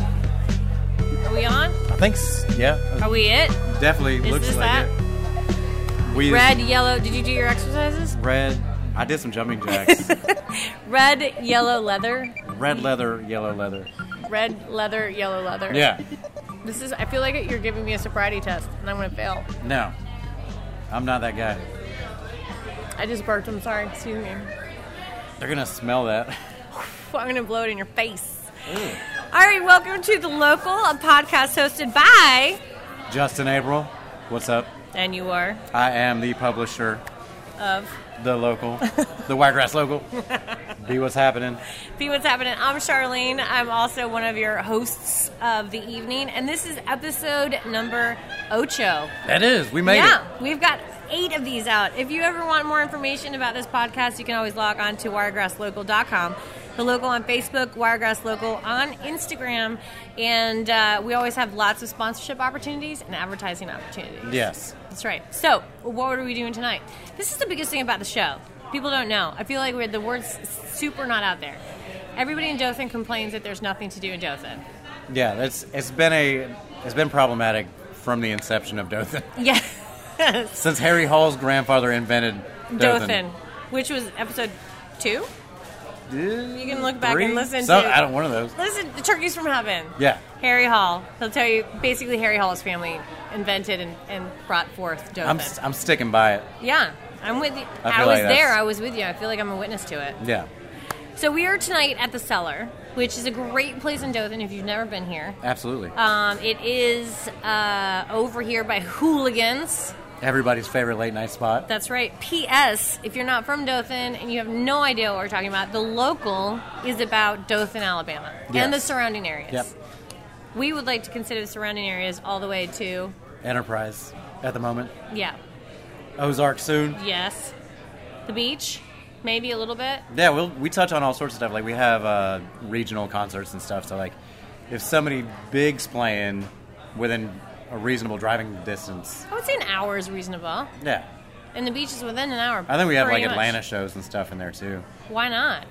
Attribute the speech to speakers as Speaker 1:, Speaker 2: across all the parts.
Speaker 1: Are we on?
Speaker 2: I think, s- yeah,
Speaker 1: Are we it?
Speaker 2: it definitely
Speaker 1: Is
Speaker 2: looks
Speaker 1: this
Speaker 2: like
Speaker 1: that?
Speaker 2: it. We
Speaker 1: Red, yellow. Did you do your exercises?
Speaker 2: red. I did some jumping jacks.
Speaker 1: Red, yellow, leather.
Speaker 2: red leather, yellow leather.
Speaker 1: Red, leather, yellow, leather.
Speaker 2: Yeah.
Speaker 1: This is. I feel like you're giving me a sobriety test, and I'm gonna fail.
Speaker 2: No, I'm not that guy.
Speaker 1: I just burped. I'm sorry. Excuse me.
Speaker 2: They're gonna smell that.
Speaker 1: I'm gonna blow it in your face. All right, welcome to the local, a podcast hosted by.
Speaker 2: Justin April, what's up?
Speaker 1: And you are
Speaker 2: I am the publisher,
Speaker 1: of.
Speaker 2: the local, the Wiregrass local. Be what's happening.
Speaker 1: Be what's happening. I'm Charlene. I'm also one of your hosts of the evening, and this is episode number ocho.
Speaker 2: That is, we made
Speaker 1: yeah, we've got eight of these out. If you ever want more information about this podcast, you can always log on to wiregrasslocal.com. The local on Facebook, Wiregrass Local on Instagram, and uh, we always have lots of sponsorship opportunities and advertising opportunities.
Speaker 2: it. Yes.
Speaker 1: That's right. So, what are we doing tonight? This is the biggest thing about the show. People don't know. I feel like we're, the word's super not out there. Everybody in Dothan complains that there's nothing to do in Dothan.
Speaker 2: Yeah, that's it's been a it's been problematic from the inception of Dothan.
Speaker 1: Yeah.
Speaker 2: Since Harry Hall's grandfather invented
Speaker 1: Dothan, which was episode two.
Speaker 2: You
Speaker 1: can look back and listen to-
Speaker 2: I don't one of those.
Speaker 1: Listen, the turkeys from heaven.
Speaker 2: Yeah.
Speaker 1: Harry Hall. He'll tell you basically Harry Hall's family invented and, and brought forth Dothan.
Speaker 2: I'm s- I'm sticking by it.
Speaker 1: yeah, I'm with you.
Speaker 2: I
Speaker 1: I, was
Speaker 2: feel like that's-
Speaker 1: there. I was with you. I feel like I'm a witness to it.
Speaker 2: Yeah.
Speaker 1: So we are tonight at the Cellar, which is a great place in Dothan if you've never been here.
Speaker 2: Absolutely.
Speaker 1: Um, it is uh, over here by Hooligans.
Speaker 2: Everybody's favorite late night spot.
Speaker 1: That's right. P.S. If you're not from Dothan and you have no idea what we're talking about, the local is about Dothan, Alabama,
Speaker 2: Yes.
Speaker 1: and the surrounding areas.
Speaker 2: Yep.
Speaker 1: We would like to consider the surrounding areas all the way to,
Speaker 2: Enterprise at the moment.
Speaker 1: yeah,
Speaker 2: Ozark soon.
Speaker 1: yes, the beach, maybe a little bit.
Speaker 2: Yeah, we'll, we touch on all sorts of stuff. Like we have uh, regional concerts and stuff. So like, if somebody big's playing within a reasonable driving distance,
Speaker 1: I would say an hour is reasonable,
Speaker 2: yeah,
Speaker 1: and the beach is within an hour.
Speaker 2: I think we have
Speaker 1: pretty
Speaker 2: like
Speaker 1: much.
Speaker 2: Atlanta shows and stuff in there too.
Speaker 1: Why not?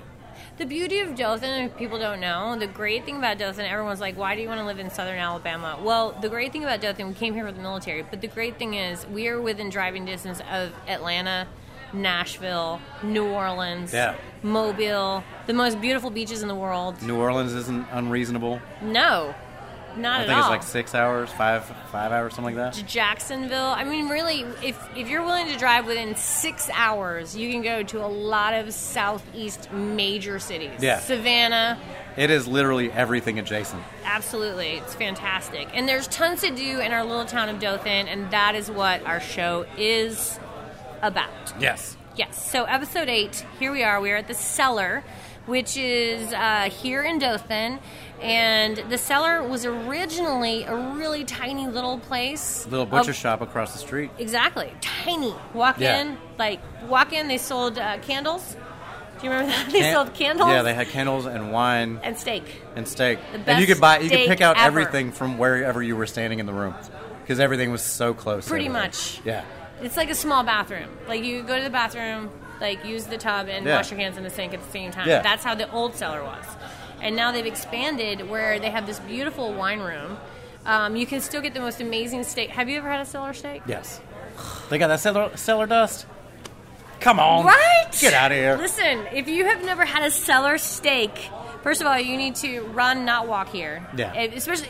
Speaker 1: The beauty of Dothan, if people don't know, the great thing about Dothan, everyone's like, why do you want to live in southern Alabama? Well, the great thing about Dothan, we came here with the military, but the great thing is we are within driving distance of Atlanta, Nashville, New Orleans,
Speaker 2: Yeah.
Speaker 1: Mobile, the most beautiful beaches in the world.
Speaker 2: New Orleans isn't unreasonable.
Speaker 1: No, not
Speaker 2: I
Speaker 1: at
Speaker 2: think it's
Speaker 1: all.
Speaker 2: like six hours, five five hours, something like that.
Speaker 1: Jacksonville. I mean, really, if if you're willing to drive within six hours, you can go to a lot of southeast major cities.
Speaker 2: Yeah.
Speaker 1: Savannah,
Speaker 2: It is literally everything adjacent.
Speaker 1: Absolutely, it's fantastic. And there's tons to do in our little town of Dothan, and that is what our show is about.
Speaker 2: Yes.
Speaker 1: Yes, so episode eight, here we are. We are at the cellar, which is uh, here in Dothan. And the cellar was originally a really tiny little place.
Speaker 2: Little butcher
Speaker 1: Of-
Speaker 2: shop across the street.
Speaker 1: Exactly, tiny. Walk
Speaker 2: Yeah.
Speaker 1: in, like, walk in, they sold uh, candles. Do you remember that? They
Speaker 2: Can-
Speaker 1: sold candles
Speaker 2: Yeah, they had candles and wine
Speaker 1: and steak.
Speaker 2: and steak.
Speaker 1: The
Speaker 2: and
Speaker 1: best
Speaker 2: you could buy, you could
Speaker 1: steak
Speaker 2: pick out
Speaker 1: ever.
Speaker 2: everything from wherever you were standing in the room, because everything was so close.
Speaker 1: Pretty
Speaker 2: everywhere.
Speaker 1: much.
Speaker 2: Yeah.
Speaker 1: It's like a small bathroom. Like you go to the bathroom, like use the tub and
Speaker 2: Yeah.
Speaker 1: wash your hands in the sink at the same time.
Speaker 2: Yeah.
Speaker 1: That's how the old cellar was. And now they've expanded where they have this beautiful wine room. Um, you can still get the most amazing steak. Have you ever had a cellar steak?
Speaker 2: Yes. They got that cellar, cellar dust. Come on.
Speaker 1: Right?
Speaker 2: Get out of here.
Speaker 1: Listen, if you have never had a cellar steak, first of all, you need to run, not walk here.
Speaker 2: Yeah.
Speaker 1: And Especially,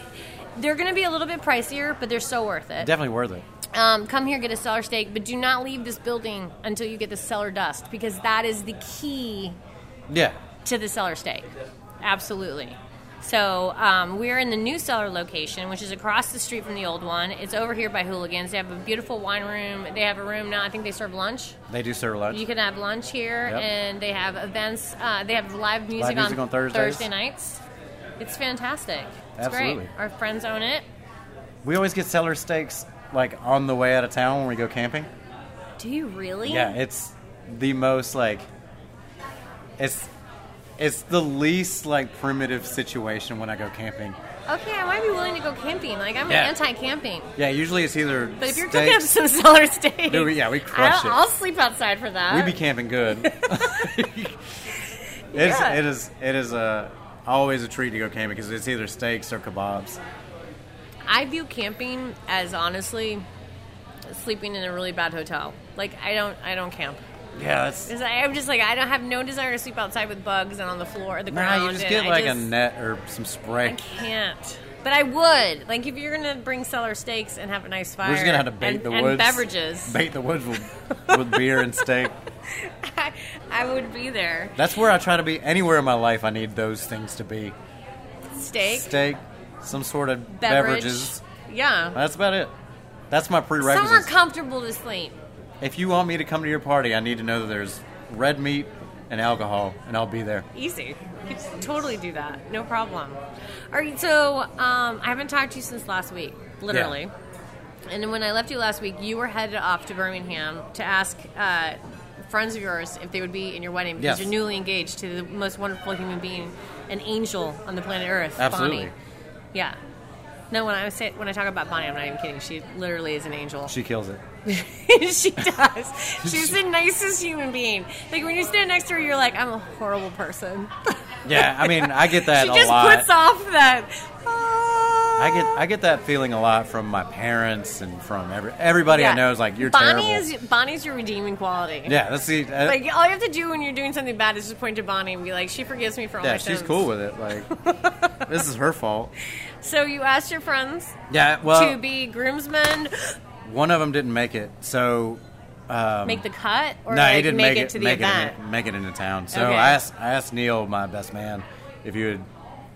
Speaker 1: they're going to be a little bit pricier, but they're so worth it.
Speaker 2: Definitely worth it.
Speaker 1: Um, come here, get a cellar steak, but do not leave this building until you get the cellar dust because that is the key
Speaker 2: Yeah.
Speaker 1: to the cellar steak. Absolutely. So um, we're in the new cellar location, which is across the street from the old one. It's over here by Hooligans. They have a beautiful wine room. They have a room now. I think they serve lunch.
Speaker 2: They do serve lunch.
Speaker 1: You can have lunch here,
Speaker 2: Yep.
Speaker 1: and they have events. Uh, they have live music,
Speaker 2: music on Thursdays.
Speaker 1: Thursday nights. It's fantastic. It's
Speaker 2: Absolutely.
Speaker 1: great. Our friends own it.
Speaker 2: we always get cellar steaks like on the way out of town when we go camping.
Speaker 1: Do you really?
Speaker 2: Yeah, it's the most like it's it's the least like primitive situation when I go camping
Speaker 1: okay, I might be willing to go camping. Like I'm
Speaker 2: Yeah.
Speaker 1: anti-camping,
Speaker 2: Yeah, usually it's either.
Speaker 1: but if you're
Speaker 2: steaks-
Speaker 1: cooking up some cellar steak,
Speaker 2: Dude, we- yeah, we crushed
Speaker 1: I'll,
Speaker 2: it.
Speaker 1: I'll sleep outside for that.
Speaker 2: we be camping good. it's,
Speaker 1: Yeah.
Speaker 2: It is. It is a always a treat to go camping because it's either steaks or kebabs.
Speaker 1: I view camping as honestly sleeping in a really bad hotel. Like I don't, I don't camp.
Speaker 2: Yeah, that's.
Speaker 1: 'Cause I, am just like I don't have no desire to sleep outside with bugs and on the floor, the ground.
Speaker 2: Nah, you just
Speaker 1: and
Speaker 2: get
Speaker 1: I
Speaker 2: like a
Speaker 1: just-
Speaker 2: net or some
Speaker 1: I
Speaker 2: spray.
Speaker 1: can't. But I would. Like, if you're going to bring cellar steaks and have a nice fire.
Speaker 2: We're just gonna have to bait
Speaker 1: and,
Speaker 2: the
Speaker 1: and
Speaker 2: woods.
Speaker 1: beverages.
Speaker 2: Bait the woods with, with beer and steak.
Speaker 1: I, I would be there.
Speaker 2: That's where I try to be. Anywhere in my life, I need those things to be
Speaker 1: Steak,
Speaker 2: steak, some sort of
Speaker 1: beverage.
Speaker 2: beverages.
Speaker 1: Yeah.
Speaker 2: That's about it. That's my
Speaker 1: Somewhere
Speaker 2: prerequisites.
Speaker 1: comfortable to sleep.
Speaker 2: if you want me to come to your party, I need to know that there's red meat and alcohol, and I'll be there.
Speaker 1: Easy. You could totally do that. No problem. All right. So, um, I haven't talked to you since last week, literally. And then when I left you last week, you were headed off to Birmingham to ask uh, friends of yours if they would be in your wedding because
Speaker 2: Yes.
Speaker 1: you're newly engaged to the most wonderful human being, an angel on the planet Earth,
Speaker 2: Absolutely.
Speaker 1: Bonnie. Yeah. No, when I say when I talk about Bonnie, I'm not even kidding. She literally is an angel.
Speaker 2: She kills it.
Speaker 1: she does. She's the nicest human being. Like when you stand next to her, you're like, I'm a horrible person.
Speaker 2: Yeah, I mean, I get that
Speaker 1: she
Speaker 2: a
Speaker 1: just
Speaker 2: lot.
Speaker 1: puts off that.
Speaker 2: I get I get that feeling a lot from my parents and from every everybody I know is like you're
Speaker 1: "Ah." Bonnie
Speaker 2: terrible.
Speaker 1: is Bonnie's your redeeming quality.
Speaker 2: yeah, that's the uh,
Speaker 1: Like all you have to do when you're doing something bad is just point to Bonnie and be like, "She forgives me for all
Speaker 2: yeah.
Speaker 1: my
Speaker 2: She's
Speaker 1: sins."
Speaker 2: cool with it. Like this is her fault.
Speaker 1: So you asked your friends
Speaker 2: Yeah, well,
Speaker 1: to be groomsmen,
Speaker 2: one of them didn't make it, so
Speaker 1: make the cut, or
Speaker 2: um, no,
Speaker 1: like,
Speaker 2: he didn't
Speaker 1: make,
Speaker 2: make,
Speaker 1: it to the
Speaker 2: make
Speaker 1: event.
Speaker 2: It, in- make it into town. So
Speaker 1: Okay.
Speaker 2: I asked I asked Neil, my best man, if he would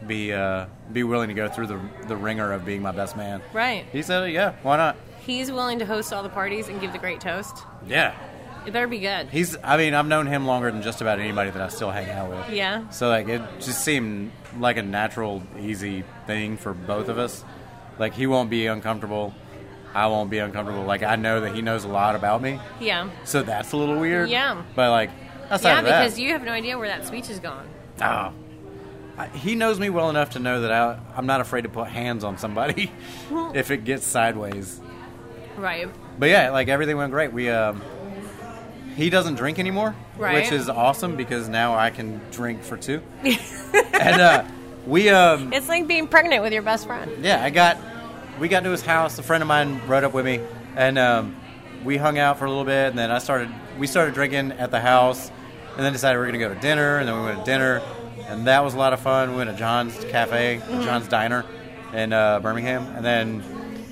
Speaker 2: be uh, be willing to go through the the ringer of being my best man.
Speaker 1: Right.
Speaker 2: He said, yeah, why not?
Speaker 1: He's willing to host all the parties and give the great toast.
Speaker 2: Yeah.
Speaker 1: It better be good.
Speaker 2: He's. I mean, I've known him longer than just about anybody that I still hang out with.
Speaker 1: Yeah.
Speaker 2: So like, it just seemed like a natural, easy thing for both of us. Like he won't be uncomfortable. I won't be uncomfortable. Like I know that he knows a lot about me,
Speaker 1: yeah.
Speaker 2: so that's a little weird.
Speaker 1: Yeah.
Speaker 2: But like, outside
Speaker 1: Yeah,
Speaker 2: of that,
Speaker 1: because you have no idea where that speech is going.
Speaker 2: Oh. I- He knows me well enough to know that I, I'm not afraid to put hands on somebody if it gets sideways.
Speaker 1: Right.
Speaker 2: But yeah, like everything went great. We um, he doesn't drink anymore,
Speaker 1: Right.
Speaker 2: which is awesome because now I can drink for two. and uh, we um,
Speaker 1: It's like being pregnant with your best friend.
Speaker 2: yeah, I got we got to his house. A friend of mine rode up with me, and um, we hung out for a little bit. And then I started we started drinking at the house, and then decided we were gonna go to dinner. And then we went to dinner, and that was a lot of fun. We went to John's Cafe,
Speaker 1: Mm-hmm.
Speaker 2: John's Diner, in uh, Birmingham, and then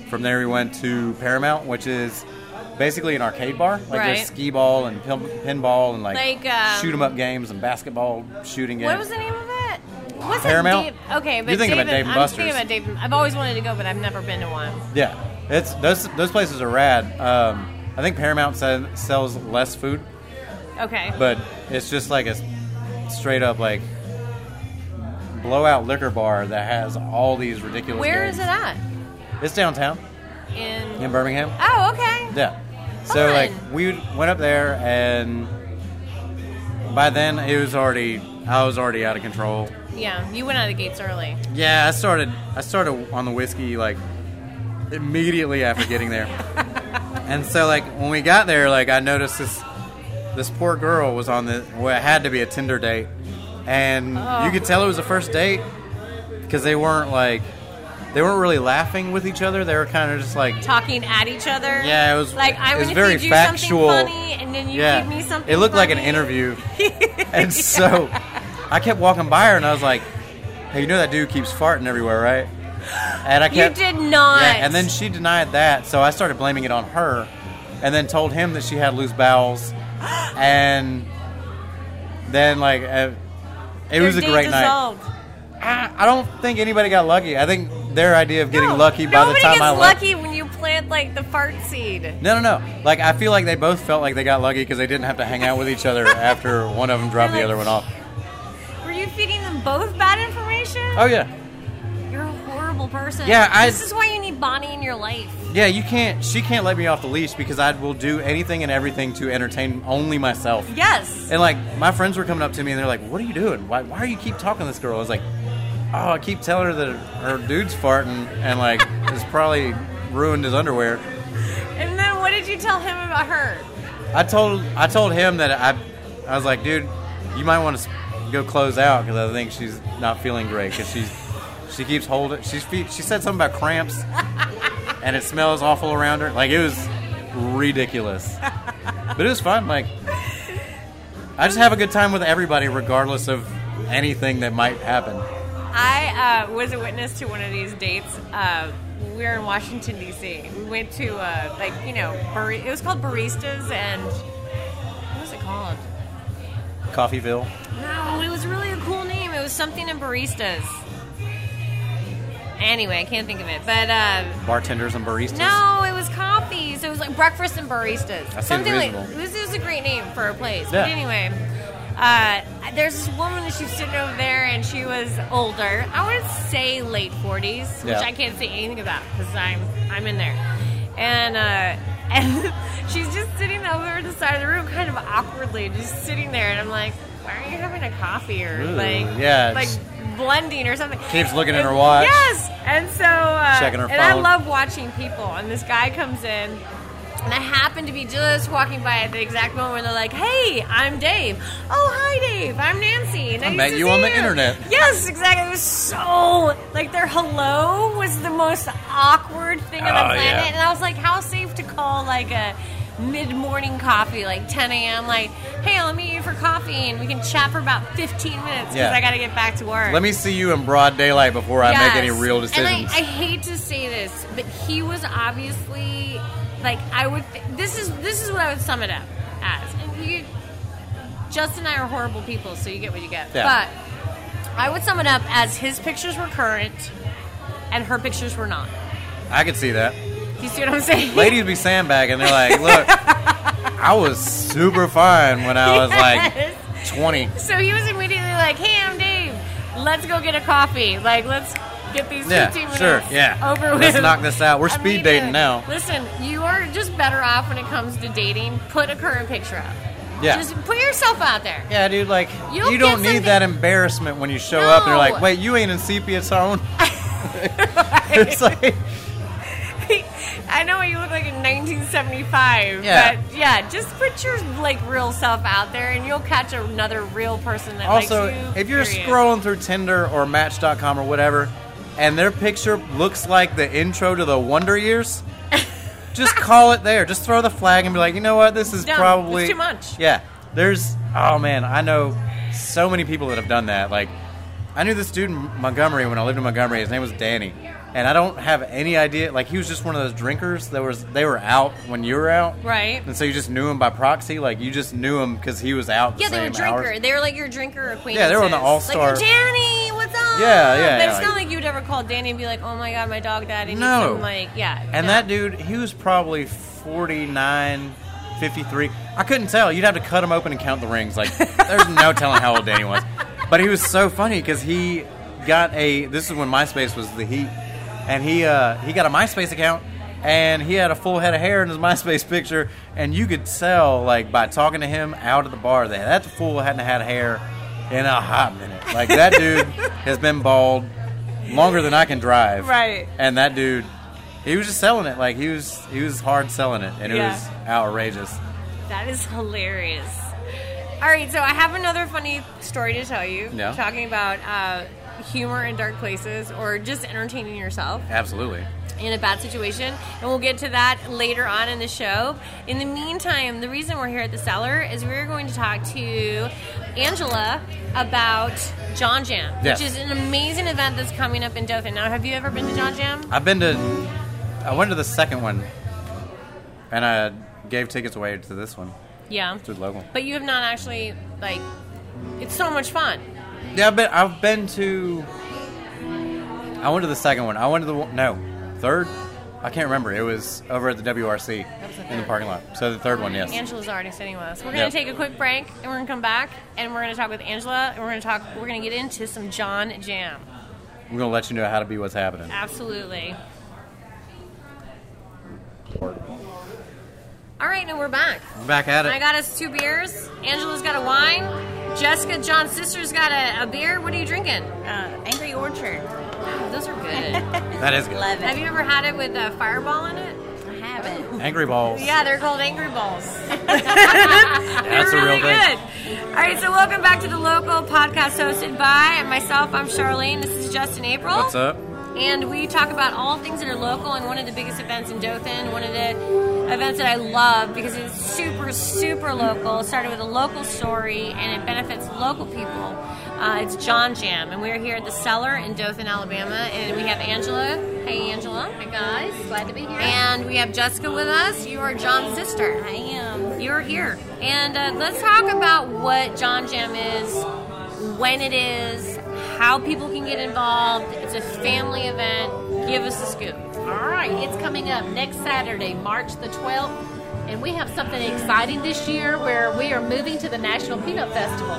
Speaker 2: from there we went to Paramount, which is basically an arcade bar. Like
Speaker 1: Right.
Speaker 2: there's skee ball and pin- pinball and like,
Speaker 1: Like, um,
Speaker 2: shoot 'em up games and basketball shooting games.
Speaker 1: What was the name of it? What's
Speaker 2: Paramount?
Speaker 1: It Dave? Okay, but
Speaker 2: You're thinking about
Speaker 1: Dave
Speaker 2: Dave
Speaker 1: and,
Speaker 2: and
Speaker 1: I'm thinking
Speaker 2: Buster's.
Speaker 1: about Dave. and- I've always wanted to go, but I've never been to one.
Speaker 2: Yeah, it's those those places are rad. Um, I think Paramount se- sells less food,
Speaker 1: Okay.
Speaker 2: but it's just like a s- straight up like blowout liquor bar that has all these ridiculous.
Speaker 1: where
Speaker 2: games.
Speaker 1: is it at?
Speaker 2: It's downtown
Speaker 1: In.
Speaker 2: in Birmingham.
Speaker 1: Oh, okay.
Speaker 2: Yeah, so
Speaker 1: Fun.
Speaker 2: like we went up there and by then it was already I was already out of control.
Speaker 1: Yeah, you went out of the gates early.
Speaker 2: Yeah, I started. I started on the whiskey like immediately after getting there, and so like when we got there, like I noticed this this poor girl was on the well, it had to be a Tinder date, and
Speaker 1: Oh.
Speaker 2: you could tell it was a first date because they weren't like they weren't really laughing with each other. They were kind of just like
Speaker 1: Talking at each other.
Speaker 2: Yeah, it was-
Speaker 1: like I'm
Speaker 2: it was
Speaker 1: gonna
Speaker 2: very
Speaker 1: feed you
Speaker 2: factual.
Speaker 1: something funny, and then you
Speaker 2: yeah.
Speaker 1: feed me something.
Speaker 2: It looked like an
Speaker 1: funny.
Speaker 2: interview, and so I kept walking by her and I was like, "Hey, you know that dude keeps farting everywhere, right?" And I
Speaker 1: You
Speaker 2: kept
Speaker 1: did not.
Speaker 2: Yeah, and then she denied that, so I started blaming it on her, and then told him that she had loose bowels, and then like uh, it was a great night. I, I don't think anybody got lucky. I think their idea of getting lucky by the
Speaker 1: nobody
Speaker 2: time
Speaker 1: gets
Speaker 2: I left.
Speaker 1: lucky when you plant like the fart seed.
Speaker 2: No, no, no. Like I feel like they both felt like they got lucky because they didn't have to hang out with each other after one of them dropped
Speaker 1: They're
Speaker 2: the other
Speaker 1: like-
Speaker 2: one off.
Speaker 1: Were you feeding them both bad information?
Speaker 2: Oh yeah,
Speaker 1: You're a horrible person.
Speaker 2: Yeah, I-
Speaker 1: This is why you need Bonnie in your life.
Speaker 2: yeah. You can't. She can't let me off the leash because I will do anything and everything to entertain only myself.
Speaker 1: Yes.
Speaker 2: And like my friends were coming up to me and they're like, "What are you doing? Why, why are you keep talking to this girl?" I was like, oh, I keep telling her that her dude's farting and like it's probably ruined his underwear.
Speaker 3: And then what did you tell him about her?
Speaker 2: I told I told him that I I was like, dude, you might want to go close out because I think she's not feeling great because she's she keeps holding. She's fe- she said something about cramps, and it smells awful around her. Like it was ridiculous, but it was fun. Like I just have a good time with everybody, regardless of anything that might happen.
Speaker 3: I uh, was a witness to one of these dates. Uh, we were in Washington D.C. We went to uh, like you know, bar- it was called baristas, and what was it called?
Speaker 2: Coffeeville.
Speaker 1: No, it was really a cool name. It was something in baristas. Anyway, I can't think of it, but uh,
Speaker 2: bartenders and baristas.
Speaker 1: no, it was coffees. It was like breakfast and baristas.
Speaker 2: That seems
Speaker 1: something like
Speaker 2: reasonable.
Speaker 1: this is a great name for a place. But
Speaker 2: Yeah.
Speaker 1: anyway, uh, there's this woman that she's sitting over there, and she was older. I would say late 40s, which
Speaker 2: Yeah.
Speaker 1: I can't say anything about because I'm I'm in there, and. Uh, and she's just sitting over the side of the room, kind of awkwardly, just sitting there. And I'm like, "Why aren't you having a coffee or
Speaker 2: Ooh,
Speaker 1: like,
Speaker 2: yeah,
Speaker 1: like
Speaker 2: just-
Speaker 1: blending or something?"
Speaker 2: Keeps looking at
Speaker 1: And-
Speaker 2: her watch.
Speaker 1: Yes, and so uh,
Speaker 2: Checking her
Speaker 1: and I
Speaker 2: phone.
Speaker 1: love watching people. And this guy comes in, and I happen to be just walking by at the exact moment where they're like, "Hey, I'm Dave. Oh, hi, Dave. I'm Nancy. Nice
Speaker 2: met
Speaker 1: to
Speaker 2: you
Speaker 1: see
Speaker 2: on the internet."
Speaker 1: Yes, exactly. It was so like their hello was the most awkward thing on
Speaker 2: Oh,
Speaker 1: the planet,
Speaker 2: yeah.
Speaker 1: and I was like, "How safe to call like a." Mid morning coffee, like 10 a.m. Like, hey, let me meet you for coffee and we can chat for about 15 minutes because
Speaker 2: Yeah.
Speaker 1: I got to get back to work.
Speaker 2: Let me see you in broad daylight before I make any
Speaker 1: Yes.
Speaker 2: real decisions.
Speaker 1: And I, I hate to say this, but he was obviously like I would. Th- this is this is what I would sum it up as. And you, Justin and I are horrible people, so you get what you get.
Speaker 2: Yeah.
Speaker 1: But I would sum it up as his pictures were current, and her pictures were not.
Speaker 2: I could see that.
Speaker 1: Do you see what I'm saying?
Speaker 2: Ladies be sandbagging. They're like, look, I was super fine when I was
Speaker 1: Yes.
Speaker 2: like 20.
Speaker 1: So he was immediately like, "Hey, I'm Dave. Let's go get a coffee. Like, let's get these 15
Speaker 2: Yeah,
Speaker 1: minutes
Speaker 2: sure, yeah.
Speaker 1: over with.
Speaker 2: Let's knock this out. We're speed
Speaker 1: I mean,
Speaker 2: dating
Speaker 1: uh,
Speaker 2: now.
Speaker 1: Listen, you are just better off when it comes to dating. Put a current picture up.
Speaker 2: Yeah.
Speaker 1: Just put yourself out there.
Speaker 2: Yeah, dude, like,
Speaker 1: You'll
Speaker 2: you
Speaker 1: get
Speaker 2: don't need
Speaker 1: something-
Speaker 2: that embarrassment when you show up and you're
Speaker 1: No.
Speaker 2: like, wait, you ain't in sepia tone. it's like,
Speaker 1: I know what you look like in 1975,
Speaker 2: Yeah.
Speaker 1: but yeah, just put your like real self out there, and you'll catch another real person that
Speaker 2: also,
Speaker 1: likes you.
Speaker 2: if you're
Speaker 1: period.
Speaker 2: scrolling through Tinder or Match.com or whatever, and their picture looks like the intro to the Wonder Years, just call it there. Just throw the flag and be like, you know what, this is
Speaker 1: Done.
Speaker 2: probably
Speaker 1: It's too much.
Speaker 2: Yeah, there's. Oh man, I know so many people that have done that. Like, I knew this dude in Montgomery when I lived in Montgomery. His name was Danny, and I don't have any idea. Like, he was just one of those drinkers that was they were out when you were out,
Speaker 1: Right.
Speaker 2: And so you just knew him by proxy. Like, you just knew him because he was out. The
Speaker 1: Yeah, they were
Speaker 2: same
Speaker 1: drinker.
Speaker 2: hours.
Speaker 1: They were like your drinker acquaintances.
Speaker 2: Yeah, they were on the all-star-
Speaker 1: Like, Danny, what's up?
Speaker 2: Yeah, yeah,
Speaker 1: But
Speaker 2: yeah,
Speaker 1: it's not
Speaker 2: like-
Speaker 1: like you'd ever call Danny and be like, "Oh my god, my dog died." And
Speaker 2: No.
Speaker 1: Like, yeah.
Speaker 2: And
Speaker 1: no.
Speaker 2: that dude, he was probably 49, 53. I couldn't tell. You'd have to cut him open and count the rings. Like, there's no telling how old Danny was. But he was so funny because he got a. This is when MySpace was the heat, and he uh, he got a MySpace account, and he had a full head of hair in his MySpace picture, and you could tell like by talking to him out at the bar that that fool hadn't had hair in a hot minute. Like that dude has been bald longer than I can drive.
Speaker 3: Right.
Speaker 2: And that dude, he was just selling it. Like he was, he was hard selling it, and it
Speaker 3: Yeah.
Speaker 2: was outrageous.
Speaker 1: that is hilarious. All right, so I have another funny story to tell you.
Speaker 2: Yeah.
Speaker 1: Talking about uh, humor in dark places or just entertaining yourself.
Speaker 2: Absolutely.
Speaker 1: in a bad situation, and we'll get to that later on in the show. In the meantime, the reason we're here at the cellar is we're going to talk to Angela about John Jam,
Speaker 2: Yes.
Speaker 1: which is an amazing event that's coming up in Dothan. Now, have you ever been to John Jam?
Speaker 2: I've been to, I went to the second one, and I gave tickets away to this one
Speaker 1: Yeah,
Speaker 2: to the local.
Speaker 1: but you have not actually like. It's so much fun.
Speaker 2: Yeah, but I've been to. I went to the second one. I went to the one- no third. I can't remember. It was over at the WRC
Speaker 1: was the
Speaker 2: in the
Speaker 1: third.
Speaker 2: parking lot. So the third one, yes.
Speaker 1: Angela's already sitting with us. We're gonna
Speaker 2: Yep.
Speaker 1: take a quick break, and we're gonna come back, and we're gonna talk with Angela, and we're gonna talk. We're gonna get into some John Jam.
Speaker 2: I'm gonna let you know how to be what's happening.
Speaker 1: Absolutely. All right, now we're back.
Speaker 2: Back at it.
Speaker 1: I got us two beers. Angela's got a wine. Jessica, John's sister's got a, a beer. What are you drinking?
Speaker 3: Uh, Angry Orchard.
Speaker 1: Those are good.
Speaker 2: That is good.
Speaker 3: Love
Speaker 1: Have
Speaker 3: it.
Speaker 1: you ever had it with a fireball in it?
Speaker 3: I have it.
Speaker 2: Angry balls.
Speaker 1: Yeah, they're called Angry Balls.
Speaker 2: That's a real
Speaker 1: really
Speaker 2: thing.
Speaker 1: good. All right, so welcome back to the Local Podcast, hosted by myself. I'm Charlene. This is Justin April.
Speaker 2: What's up?
Speaker 1: And we talk about all things that are local. And one of the biggest events in Dothan, one of the events that I love because it's super, super local. It started with a local story, and it benefits local people. Uh, it's John Jam, and we're here at the Cellar in Dothan, Alabama, and we have Angela. Hey, Angela.
Speaker 4: Hi guys, glad to be here.
Speaker 1: And we have Jessica with us. You are John's sister.
Speaker 4: I am.
Speaker 1: You're here. And uh, let's talk about what John Jam is, when it is, how people can get involved. It's a family event. Give us a scoop.
Speaker 4: All right, it's coming up next Saturday, March the 12th, and we have something exciting this year where we are moving to the National Peanut Festival.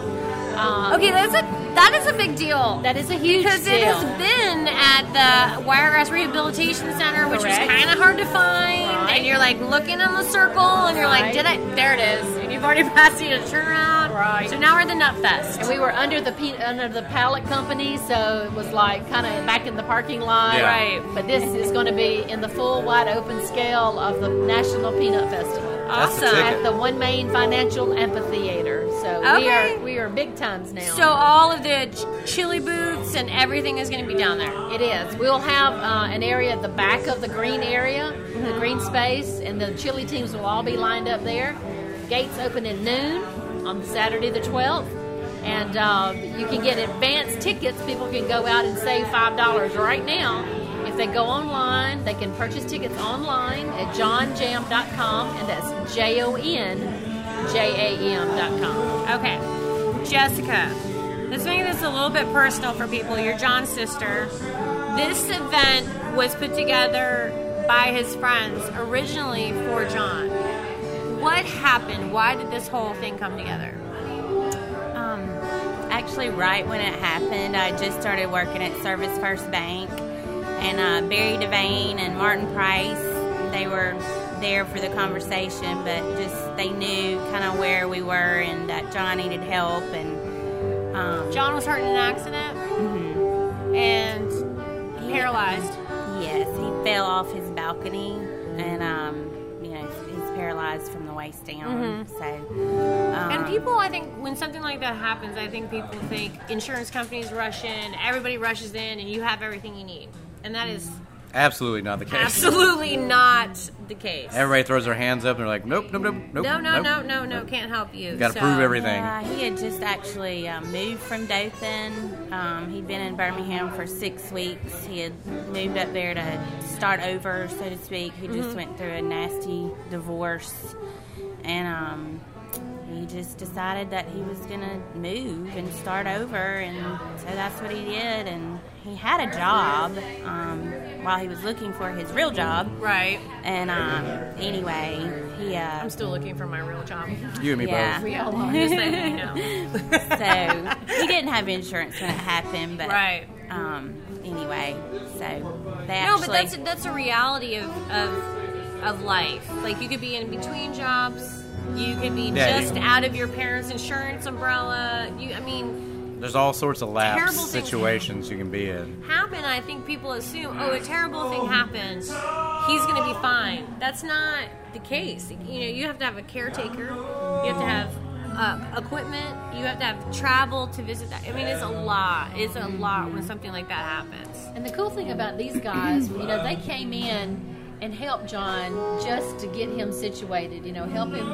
Speaker 4: Um,
Speaker 1: Okay, that's a that is a big deal.
Speaker 4: that is a huge
Speaker 1: Because it has
Speaker 4: deal.
Speaker 1: been at the Wiregrass Rehabilitation Center, which was
Speaker 4: Correct.
Speaker 1: kind of hard to find.
Speaker 4: Right.
Speaker 1: And you're like looking in the circle, and you're like,
Speaker 4: Right.
Speaker 1: "Did I? There it is." And you've already passed you to turn around.
Speaker 4: Right.
Speaker 1: So now we're at the Nut Fest.
Speaker 4: And we were under the pe- under the pallet company, so it was like kind of back in the parking lot.
Speaker 2: Yeah.
Speaker 1: Right.
Speaker 4: But this is going to be in the full wide open scale of the National Peanut Festival.
Speaker 2: That's the
Speaker 1: awesome.
Speaker 2: ticket.
Speaker 4: At the One Main Financial Amphitheater. So we
Speaker 1: Okay.
Speaker 4: are we are big times now.
Speaker 1: So all of the ch- chili booths and everything is going to be down there.
Speaker 4: It is. We'll have uh, an area at the back of the green area, the green space, and the chili teams will all be lined up there. Gates open at noon on Saturday the 12th. And uh, you can get advanced tickets. People can go out and save $5 right now. If they go online, they can purchase tickets online at johnjam.com, and that's J O N J A M dot com.
Speaker 1: Okay, Jessica, let's make this a little bit personal for people. You're John's sister. This event was put together by his friends originally for John. What happened? Why did this whole thing come together?
Speaker 3: Um, actually, right when it happened, I just started working at Service First Bank, and uh, Barry Devane and Martin Price, they were there for the conversation, but just they knew kind of where we were and that John needed help, and um,
Speaker 1: John was hurt in an accident
Speaker 2: Mm-hmm.
Speaker 1: and paralyzed.
Speaker 2: Uh-huh.
Speaker 3: yes, he fell off his balcony, and um, you know he's paralyzed from the waist down. So, um,
Speaker 1: And people, I think, when something like that happens, I think people think insurance companies rush in, everybody rushes in, and you have everything you need. And that is
Speaker 2: Absolutely not the case.
Speaker 1: absolutely not the case.
Speaker 2: Everybody throws their hands up and they're like, nope, nope, nope, nope.
Speaker 1: no, no,
Speaker 2: nope.
Speaker 1: no, no, no, can't help you.
Speaker 2: Got to
Speaker 1: So-
Speaker 2: prove everything.
Speaker 3: Yeah, Uh, he had just actually uh, moved from Dothan. Um, he'd been in Birmingham for six weeks. He had moved up there to start over, so to speak. He just went through a nasty divorce, and um, he just decided that he was gonna move and start over, and so that's what he did. And he had a job um, while he was looking for his real job.
Speaker 1: Right.
Speaker 3: And um, anyway, he uh,
Speaker 1: I'm still looking for my real job.
Speaker 2: You and me
Speaker 3: yeah.
Speaker 2: both.
Speaker 4: We all are.
Speaker 1: Just letting you know.
Speaker 3: so he didn't have insurance when it happened, but
Speaker 1: Right.
Speaker 3: Um, anyway, so they
Speaker 1: No,
Speaker 3: actually
Speaker 1: but that's that's a reality of, of of life. Like you could be in between jobs. You could be
Speaker 2: Yeah,
Speaker 1: just
Speaker 2: you-
Speaker 1: out of your parents' insurance umbrella. You, I mean,
Speaker 2: There's all sorts of lapse
Speaker 1: Terrible things
Speaker 2: situations you can be in.
Speaker 1: happen, I think people assume, oh, a terrible thing happened, he's going to be fine. That's not the case. You know, you have to have a caretaker, you have to have uh, equipment, you have to have travel to visit that. I mean, it's a lot. It's a lot when something like that happens.
Speaker 4: And the cool thing about these guys, you know, they came in and helped John just to get him situated, you know, help him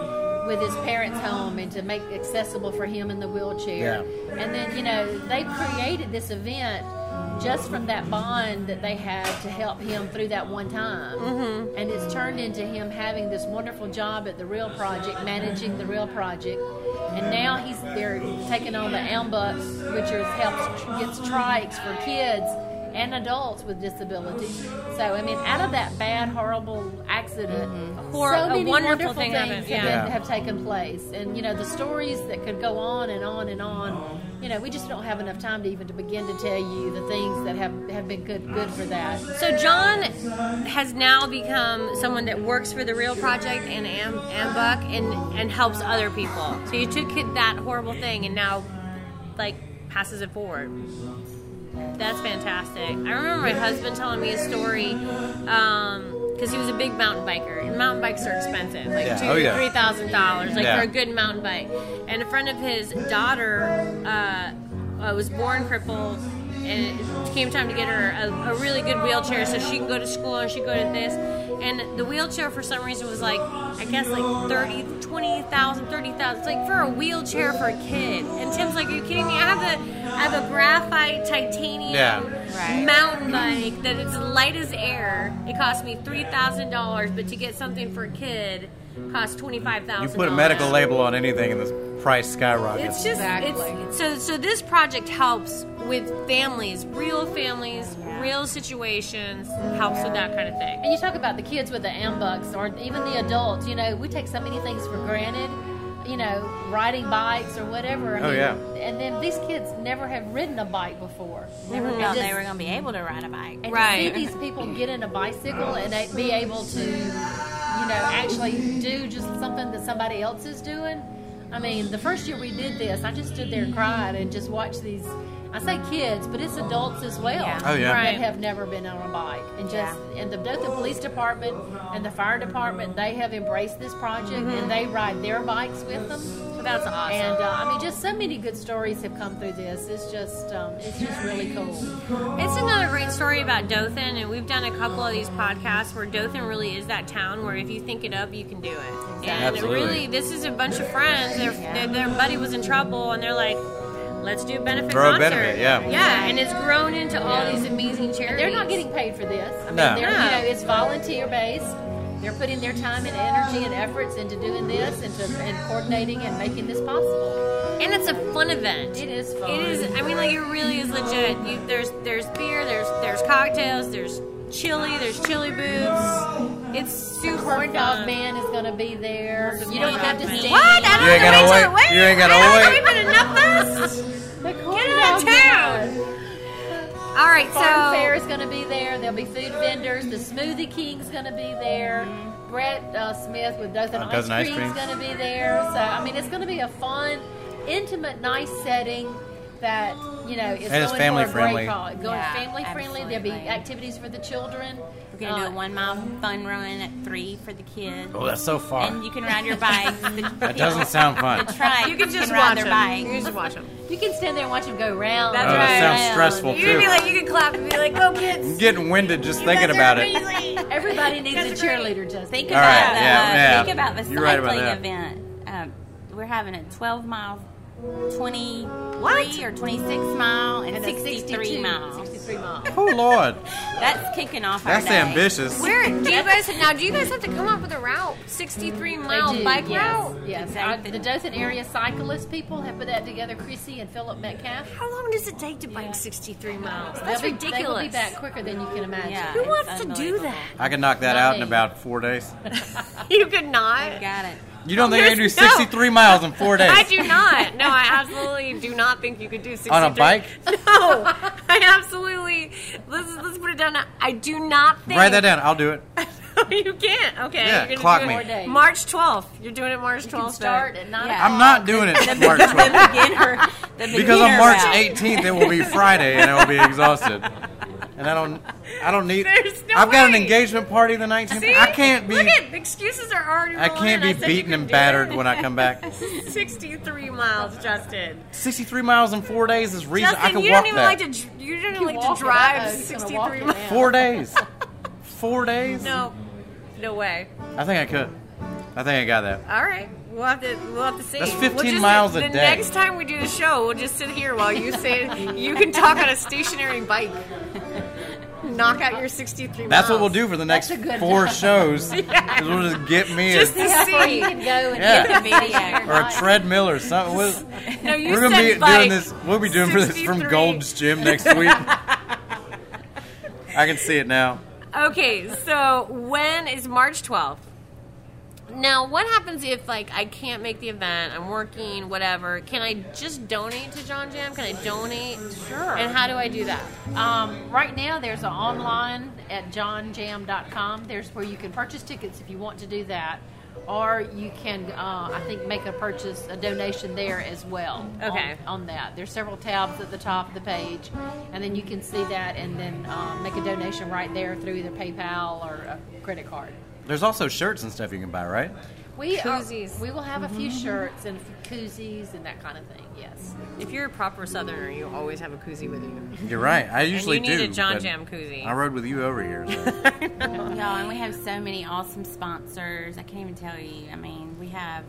Speaker 4: with his parents' home and to make accessible for him in the wheelchair.
Speaker 2: Yeah.
Speaker 4: And then, you know, they created this event just from that bond that they had to help him through that one time. Mm-hmm. And it's turned into him having this wonderful job at the Real Project, managing the Real Project. And now he's they're taking on the AMBUX, which is helps gets trikes for kids and adults with disabilities. So I mean, out of that bad, horrible accident,
Speaker 1: Hor-
Speaker 4: so
Speaker 1: a
Speaker 4: many
Speaker 1: wonderful
Speaker 4: wonderful
Speaker 1: thing
Speaker 4: things
Speaker 1: happened,
Speaker 4: have,
Speaker 2: yeah.
Speaker 4: been- have taken place, and you know the stories that could go on and on and on. you know, we just don't have enough time to even to begin to tell you the things that have, have been good good for that.
Speaker 1: So John has now become someone that works for the Real Project and Am- Ambuck and and helps other people. So you took hit that horrible thing and now like passes it forward. That's fantastic. I remember my husband telling me a story because he was a big mountain biker, and mountain bikes are expensive, like
Speaker 2: Yeah.
Speaker 1: two,
Speaker 2: Oh, yeah.
Speaker 1: three thousand dollars, like
Speaker 2: Yeah.
Speaker 1: for a good mountain bike. And a friend of his daughter uh, uh, was born crippled, and it came time to get her a, a really good wheelchair so she can go to school and she could go to this. And the wheelchair, for some reason, was like I guess like thirty, twenty thousand, thirty thousand. It's like for a wheelchair for a kid. And Tim's like, "Are you kidding me? I have a, I have a graphite titanium."
Speaker 2: Yeah.
Speaker 3: Right.
Speaker 1: mountain bike that it's light as air. It cost me three thousand dollars, but to get something for a kid costs twenty five thousand.
Speaker 2: You put a medical label on anything, and the price skyrockets.
Speaker 1: It's just it's,
Speaker 4: Exactly.
Speaker 1: so so. This project helps with families, real families, real situations. Helps with that kind of thing.
Speaker 4: And you talk about the kids with the ambucks or even the adults, you know, we take so many things for granted, you know, riding bikes or whatever. I
Speaker 2: Oh, yeah.
Speaker 4: And then these kids never have ridden a bike before.
Speaker 3: Never thought Mm-hmm. they
Speaker 4: just-
Speaker 3: were going to be able to ride a bike.
Speaker 4: And
Speaker 1: Right.
Speaker 4: to see these people get in a bicycle and they- be able to, you know, actually do just something that somebody else is doing. I mean, the first year we did this, I just stood there and cried and just watched these. I say kids, but it's adults as well.
Speaker 3: Yeah.
Speaker 2: Oh, yeah.
Speaker 1: Right.
Speaker 4: That have never been on a bike, and just and the, both the police department and the fire department, they have embraced this project and they ride their bikes with them.
Speaker 1: So that's Mm-hmm. awesome.
Speaker 4: And uh, I mean, just so many good stories have come through this. It's just, um, it's just really cool.
Speaker 1: It's another great story about Dothan, and we've done a couple of these podcasts where Dothan really is that town where if you think it up, you can do it. And
Speaker 2: Absolutely.
Speaker 1: really, this is a bunch of friends. Their, their, their buddy was in trouble, and they're like, "Let's do a benefit
Speaker 2: Throw a
Speaker 1: concert."
Speaker 2: benefit, yeah.
Speaker 1: yeah, and it's grown into all these amazing charities.
Speaker 4: They're not getting paid for this. I mean,
Speaker 2: No.
Speaker 4: they're,
Speaker 1: No.
Speaker 4: you know, it's volunteer based. They're putting their time and energy and efforts into doing this and, to, and coordinating and making this possible.
Speaker 1: and it's a fun event.
Speaker 4: It is fun.
Speaker 1: It is. I mean, like it really is legit. You, there's there's beer, there's there's cocktails, there's chili, there's chili booths. It's super
Speaker 4: Corn
Speaker 1: fun.
Speaker 4: dog man is going to be there. You don't have to stand.
Speaker 1: What? I don't
Speaker 2: You ain't
Speaker 1: have to
Speaker 2: gotta
Speaker 1: wait till
Speaker 2: wait.
Speaker 1: wait.
Speaker 2: You ain't gotta
Speaker 1: I
Speaker 2: wait.
Speaker 1: don't have to wait enough
Speaker 4: The corn
Speaker 1: Get out of
Speaker 4: dog man.
Speaker 1: All right,
Speaker 4: Farm
Speaker 1: so
Speaker 4: fair is going to be there. There'll be food vendors. The Smoothie King's going to be there.
Speaker 3: Mm-hmm.
Speaker 4: Brett uh, Smith with Dothan
Speaker 2: Uh,
Speaker 4: Ice
Speaker 2: Dothan Ice
Speaker 4: Cream's
Speaker 2: Cream.
Speaker 4: going to be there. So I mean, it's going to be a fun, intimate, nice setting that you know is
Speaker 2: And
Speaker 4: going
Speaker 2: it's
Speaker 4: for
Speaker 2: family
Speaker 4: a break
Speaker 2: friendly.
Speaker 4: all- Going
Speaker 3: Yeah,
Speaker 4: family friendly. There'll be
Speaker 3: absolutely.
Speaker 4: activities for the children.
Speaker 3: We're going to do
Speaker 1: Oh.
Speaker 4: Uh,
Speaker 3: a one mile fun run at three for the kids.
Speaker 2: oh, that's so far.
Speaker 3: And you can ride your bike.
Speaker 2: that doesn't sound fun.
Speaker 3: Try.
Speaker 1: you can just
Speaker 3: ride
Speaker 1: watch
Speaker 3: their
Speaker 1: them.
Speaker 3: bike.
Speaker 1: You can just watch them.
Speaker 4: You can stand there and watch them go round.
Speaker 1: That's
Speaker 2: Oh, that
Speaker 1: right.
Speaker 2: sounds stressful
Speaker 1: You can be
Speaker 2: too.
Speaker 1: like, you can clap and be like, "Go
Speaker 2: I'm
Speaker 1: kids!"
Speaker 2: getting winded just thinking about it.
Speaker 4: Everybody needs
Speaker 1: That's
Speaker 4: a
Speaker 1: great.
Speaker 4: cheerleader. Just
Speaker 3: Think
Speaker 2: All
Speaker 3: about
Speaker 2: right, yeah,
Speaker 3: the uh,
Speaker 2: yeah.
Speaker 3: think about the
Speaker 2: You're
Speaker 3: cycling
Speaker 2: right about that.
Speaker 3: event. Um, we're having a 12 mile, 23
Speaker 1: What?
Speaker 3: or 26 mile, and,
Speaker 4: and a
Speaker 3: 63 mile.
Speaker 4: 63 miles.
Speaker 2: Oh Lord,
Speaker 3: That's kicking off our
Speaker 2: that's
Speaker 3: day.
Speaker 2: ambitious.
Speaker 1: Where do you guys now? Do you guys have to come up with a route? Sixty-three
Speaker 4: They
Speaker 1: mile
Speaker 4: do,
Speaker 1: bike
Speaker 4: yes,
Speaker 1: route.
Speaker 4: Yes,
Speaker 3: Exactly.
Speaker 4: Our- the Dothan area cyclist people have put that together. Chrissy and Philip Metcalf.
Speaker 1: How long does it take to bike sixty-three miles? That's
Speaker 4: They'll be- They will be
Speaker 1: ridiculous.
Speaker 4: back quicker than you can imagine.
Speaker 3: Yeah.
Speaker 1: Who
Speaker 3: It's
Speaker 1: wants to do
Speaker 3: unbelievable.
Speaker 1: that?
Speaker 2: I could knock that out in
Speaker 4: Nothing.
Speaker 2: about four days.
Speaker 1: You could not.
Speaker 3: Got it.
Speaker 2: You don't think I can do
Speaker 1: There's no-
Speaker 2: 63 miles in four days?
Speaker 1: I do not. No, I absolutely do not think you could do 63.
Speaker 2: On a bike?
Speaker 1: No, I absolutely. Let's let's put it down. I do not think.
Speaker 2: Write that down. I'll do it.
Speaker 1: you can't. Okay.
Speaker 2: Yeah,
Speaker 1: you're gonna
Speaker 2: clock
Speaker 1: do
Speaker 2: me.
Speaker 1: it
Speaker 2: Four
Speaker 4: days.
Speaker 1: March 12th. You're doing it March 12th.
Speaker 4: You can
Speaker 1: though.
Speaker 4: start at nine.
Speaker 3: Yeah.
Speaker 1: Oh,
Speaker 4: o'clock.
Speaker 2: I'm not doing it March 12th.
Speaker 3: beginner, the beginner
Speaker 2: Because on March
Speaker 3: route.
Speaker 2: 18th, it will be Friday and I will be exhausted. And I don't, I don't need.
Speaker 1: There's no
Speaker 2: I've got an
Speaker 1: way.
Speaker 2: engagement party the 19th.
Speaker 1: See?
Speaker 2: I can't be.
Speaker 1: Look at the excuses are already.
Speaker 2: I can't be beaten and battered when I come back.
Speaker 1: 63 miles, Justin.
Speaker 2: 63 miles in four days is reason.
Speaker 1: Justin,
Speaker 2: I could
Speaker 1: you
Speaker 2: walk
Speaker 1: don't even
Speaker 2: that.
Speaker 1: like to. dr- You don't even
Speaker 4: You
Speaker 1: like
Speaker 4: walk
Speaker 1: to
Speaker 4: it,
Speaker 1: drive
Speaker 4: uh-oh, he's gonna walk
Speaker 1: 63
Speaker 4: it
Speaker 1: miles.
Speaker 4: now.
Speaker 2: Four days. Four days.
Speaker 1: No, no way.
Speaker 2: I think I could. I think I got that.
Speaker 1: All right, we'll have to we'll have to see.
Speaker 2: That's
Speaker 1: We'll
Speaker 2: 15
Speaker 1: just-
Speaker 2: miles a
Speaker 1: the
Speaker 2: day.
Speaker 1: next time we do the show, we'll just sit here while you say you can talk on a stationary bike. Knock out your 63
Speaker 2: That's what
Speaker 1: miles.
Speaker 2: we'll do for the next
Speaker 4: a good
Speaker 2: four
Speaker 4: job.
Speaker 2: shows. Is we'll just get me
Speaker 1: Just
Speaker 2: a,
Speaker 1: to
Speaker 4: That's where you
Speaker 1: see.
Speaker 4: can
Speaker 3: Oh,
Speaker 4: go and
Speaker 2: Yeah.
Speaker 4: get the video.
Speaker 2: or a treadmill or something. We'll-
Speaker 1: No, you
Speaker 2: We're gonna
Speaker 1: said
Speaker 2: be
Speaker 1: bike.
Speaker 2: doing this. We'll be doing this from
Speaker 1: 63.
Speaker 2: Gold's Gym next week. I can see it now.
Speaker 1: Okay, so when is March 12th? Now, what happens if like I can't make the event? I'm working, whatever. Can I just donate to John Jam? Can I donate?
Speaker 4: Sure.
Speaker 1: And how do I do that?
Speaker 4: Um, right now, there's an online at johnjam.com. There's where you can purchase tickets if you want to do that, or you can, uh, I think, make a purchase, a donation there as well.
Speaker 1: Okay.
Speaker 4: On, on that, there's several tabs at the top of the page, and then you can see that, and then um, make a donation right there through either PayPal or a credit card.
Speaker 2: There's also shirts and stuff you can buy, right?
Speaker 4: We are-
Speaker 1: Koozies. Mm-hmm.
Speaker 4: we will have a few shirts and koozies and that kind of thing. Yes.
Speaker 1: If you're a proper Southerner, you always have a koozie with you.
Speaker 2: You're right. I usually
Speaker 1: need
Speaker 2: do.
Speaker 1: a John
Speaker 2: but
Speaker 1: Jam koozie.
Speaker 2: I rode with you over here. So.
Speaker 3: Y'all, and we have so many awesome sponsors. I can't even tell you. I mean, we have.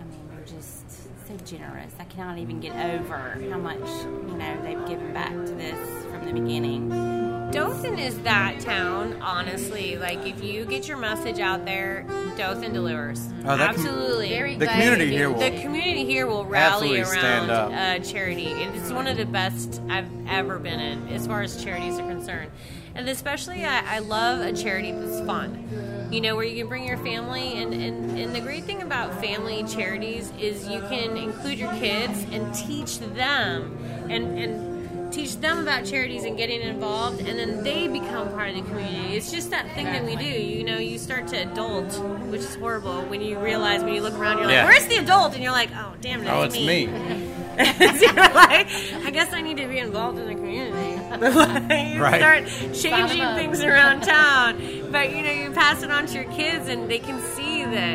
Speaker 3: I mean, they're just so generous. I cannot even get over how much you know they've given back to this from the beginning.
Speaker 1: Dothan is that town, honestly. Like, if you get your message out there, Dothan delivers.
Speaker 2: Oh, that com-
Speaker 1: Absolutely.
Speaker 4: Very
Speaker 2: the community here will.
Speaker 1: the community here will rally
Speaker 2: Absolutely
Speaker 1: around
Speaker 2: stand up.
Speaker 1: uh, charity. And It's one of the best I've ever been in as far as charities are concerned. And especially, I, I love a charity that's fun. You know, where you can bring your family. And, and, and the great thing about family charities is you can include your kids and teach them and, and teach them about charities and getting involved. And then they become part of the community. It's just that thing that we do. You know, you start to adult, which is horrible when you realize when you look around, you're like,
Speaker 2: Yeah.
Speaker 1: where's the adult and you're like, oh damn, that's
Speaker 2: Oh, it's me.
Speaker 1: So you're like, I guess I need to be involved in the community. Like, you
Speaker 2: Right.
Speaker 1: Start changing
Speaker 4: Bottom up.
Speaker 1: things around town, but you know you pass it on to your kids, and they can see that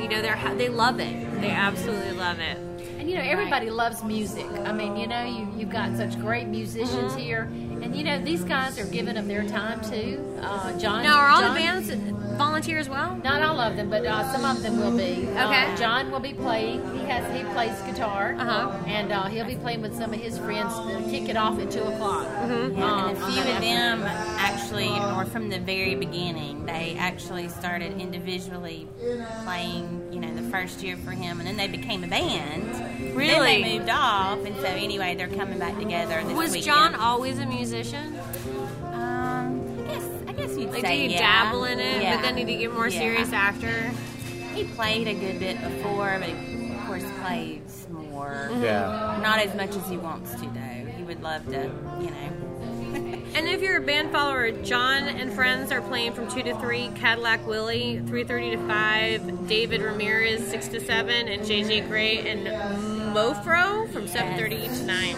Speaker 1: you know they're ha- they love it. They absolutely love it.
Speaker 4: And you know, everybody loves music. I mean, you know, you, you've got such great
Speaker 1: Mm-hmm.
Speaker 4: musicians here. And you know, these guys are giving of their time too. Uh, John.
Speaker 1: Now, are all
Speaker 4: John-
Speaker 1: the bands volunteer as well?
Speaker 4: Not all of them, but uh, some of them will be. Okay.
Speaker 1: Okay.
Speaker 4: John will be playing. He has he plays guitar.
Speaker 1: Uh-huh.
Speaker 4: And uh, he'll be playing with some of his friends. They'll kick it off at two o'clock.
Speaker 1: Mm-hmm.
Speaker 3: and Um, a few of them actually, or from the very beginning, they actually started individually playing. You know, the first year for him, and then they became a band. Then
Speaker 1: Really?
Speaker 3: they moved off, and so anyway, they're coming back together this
Speaker 1: Was
Speaker 3: weekend.
Speaker 1: John always a musician?
Speaker 3: Um, I guess I guess you'd
Speaker 1: Like,
Speaker 3: say
Speaker 1: did he
Speaker 3: yeah.
Speaker 1: dabble in it,
Speaker 3: Yeah.
Speaker 1: but then did he get more
Speaker 3: Yeah.
Speaker 1: serious after?
Speaker 3: He played a good bit before, but he, of course plays more.
Speaker 2: Yeah.
Speaker 1: Mm-hmm.
Speaker 3: Not as much as he wants to, though. He would love to, you know.
Speaker 1: And if you're a band follower, John and friends are playing from two to three. Cadillac Willie, three thirty to five. David Ramirez, six to seven, and JJ Gray and Mofro from seven thirty to nine.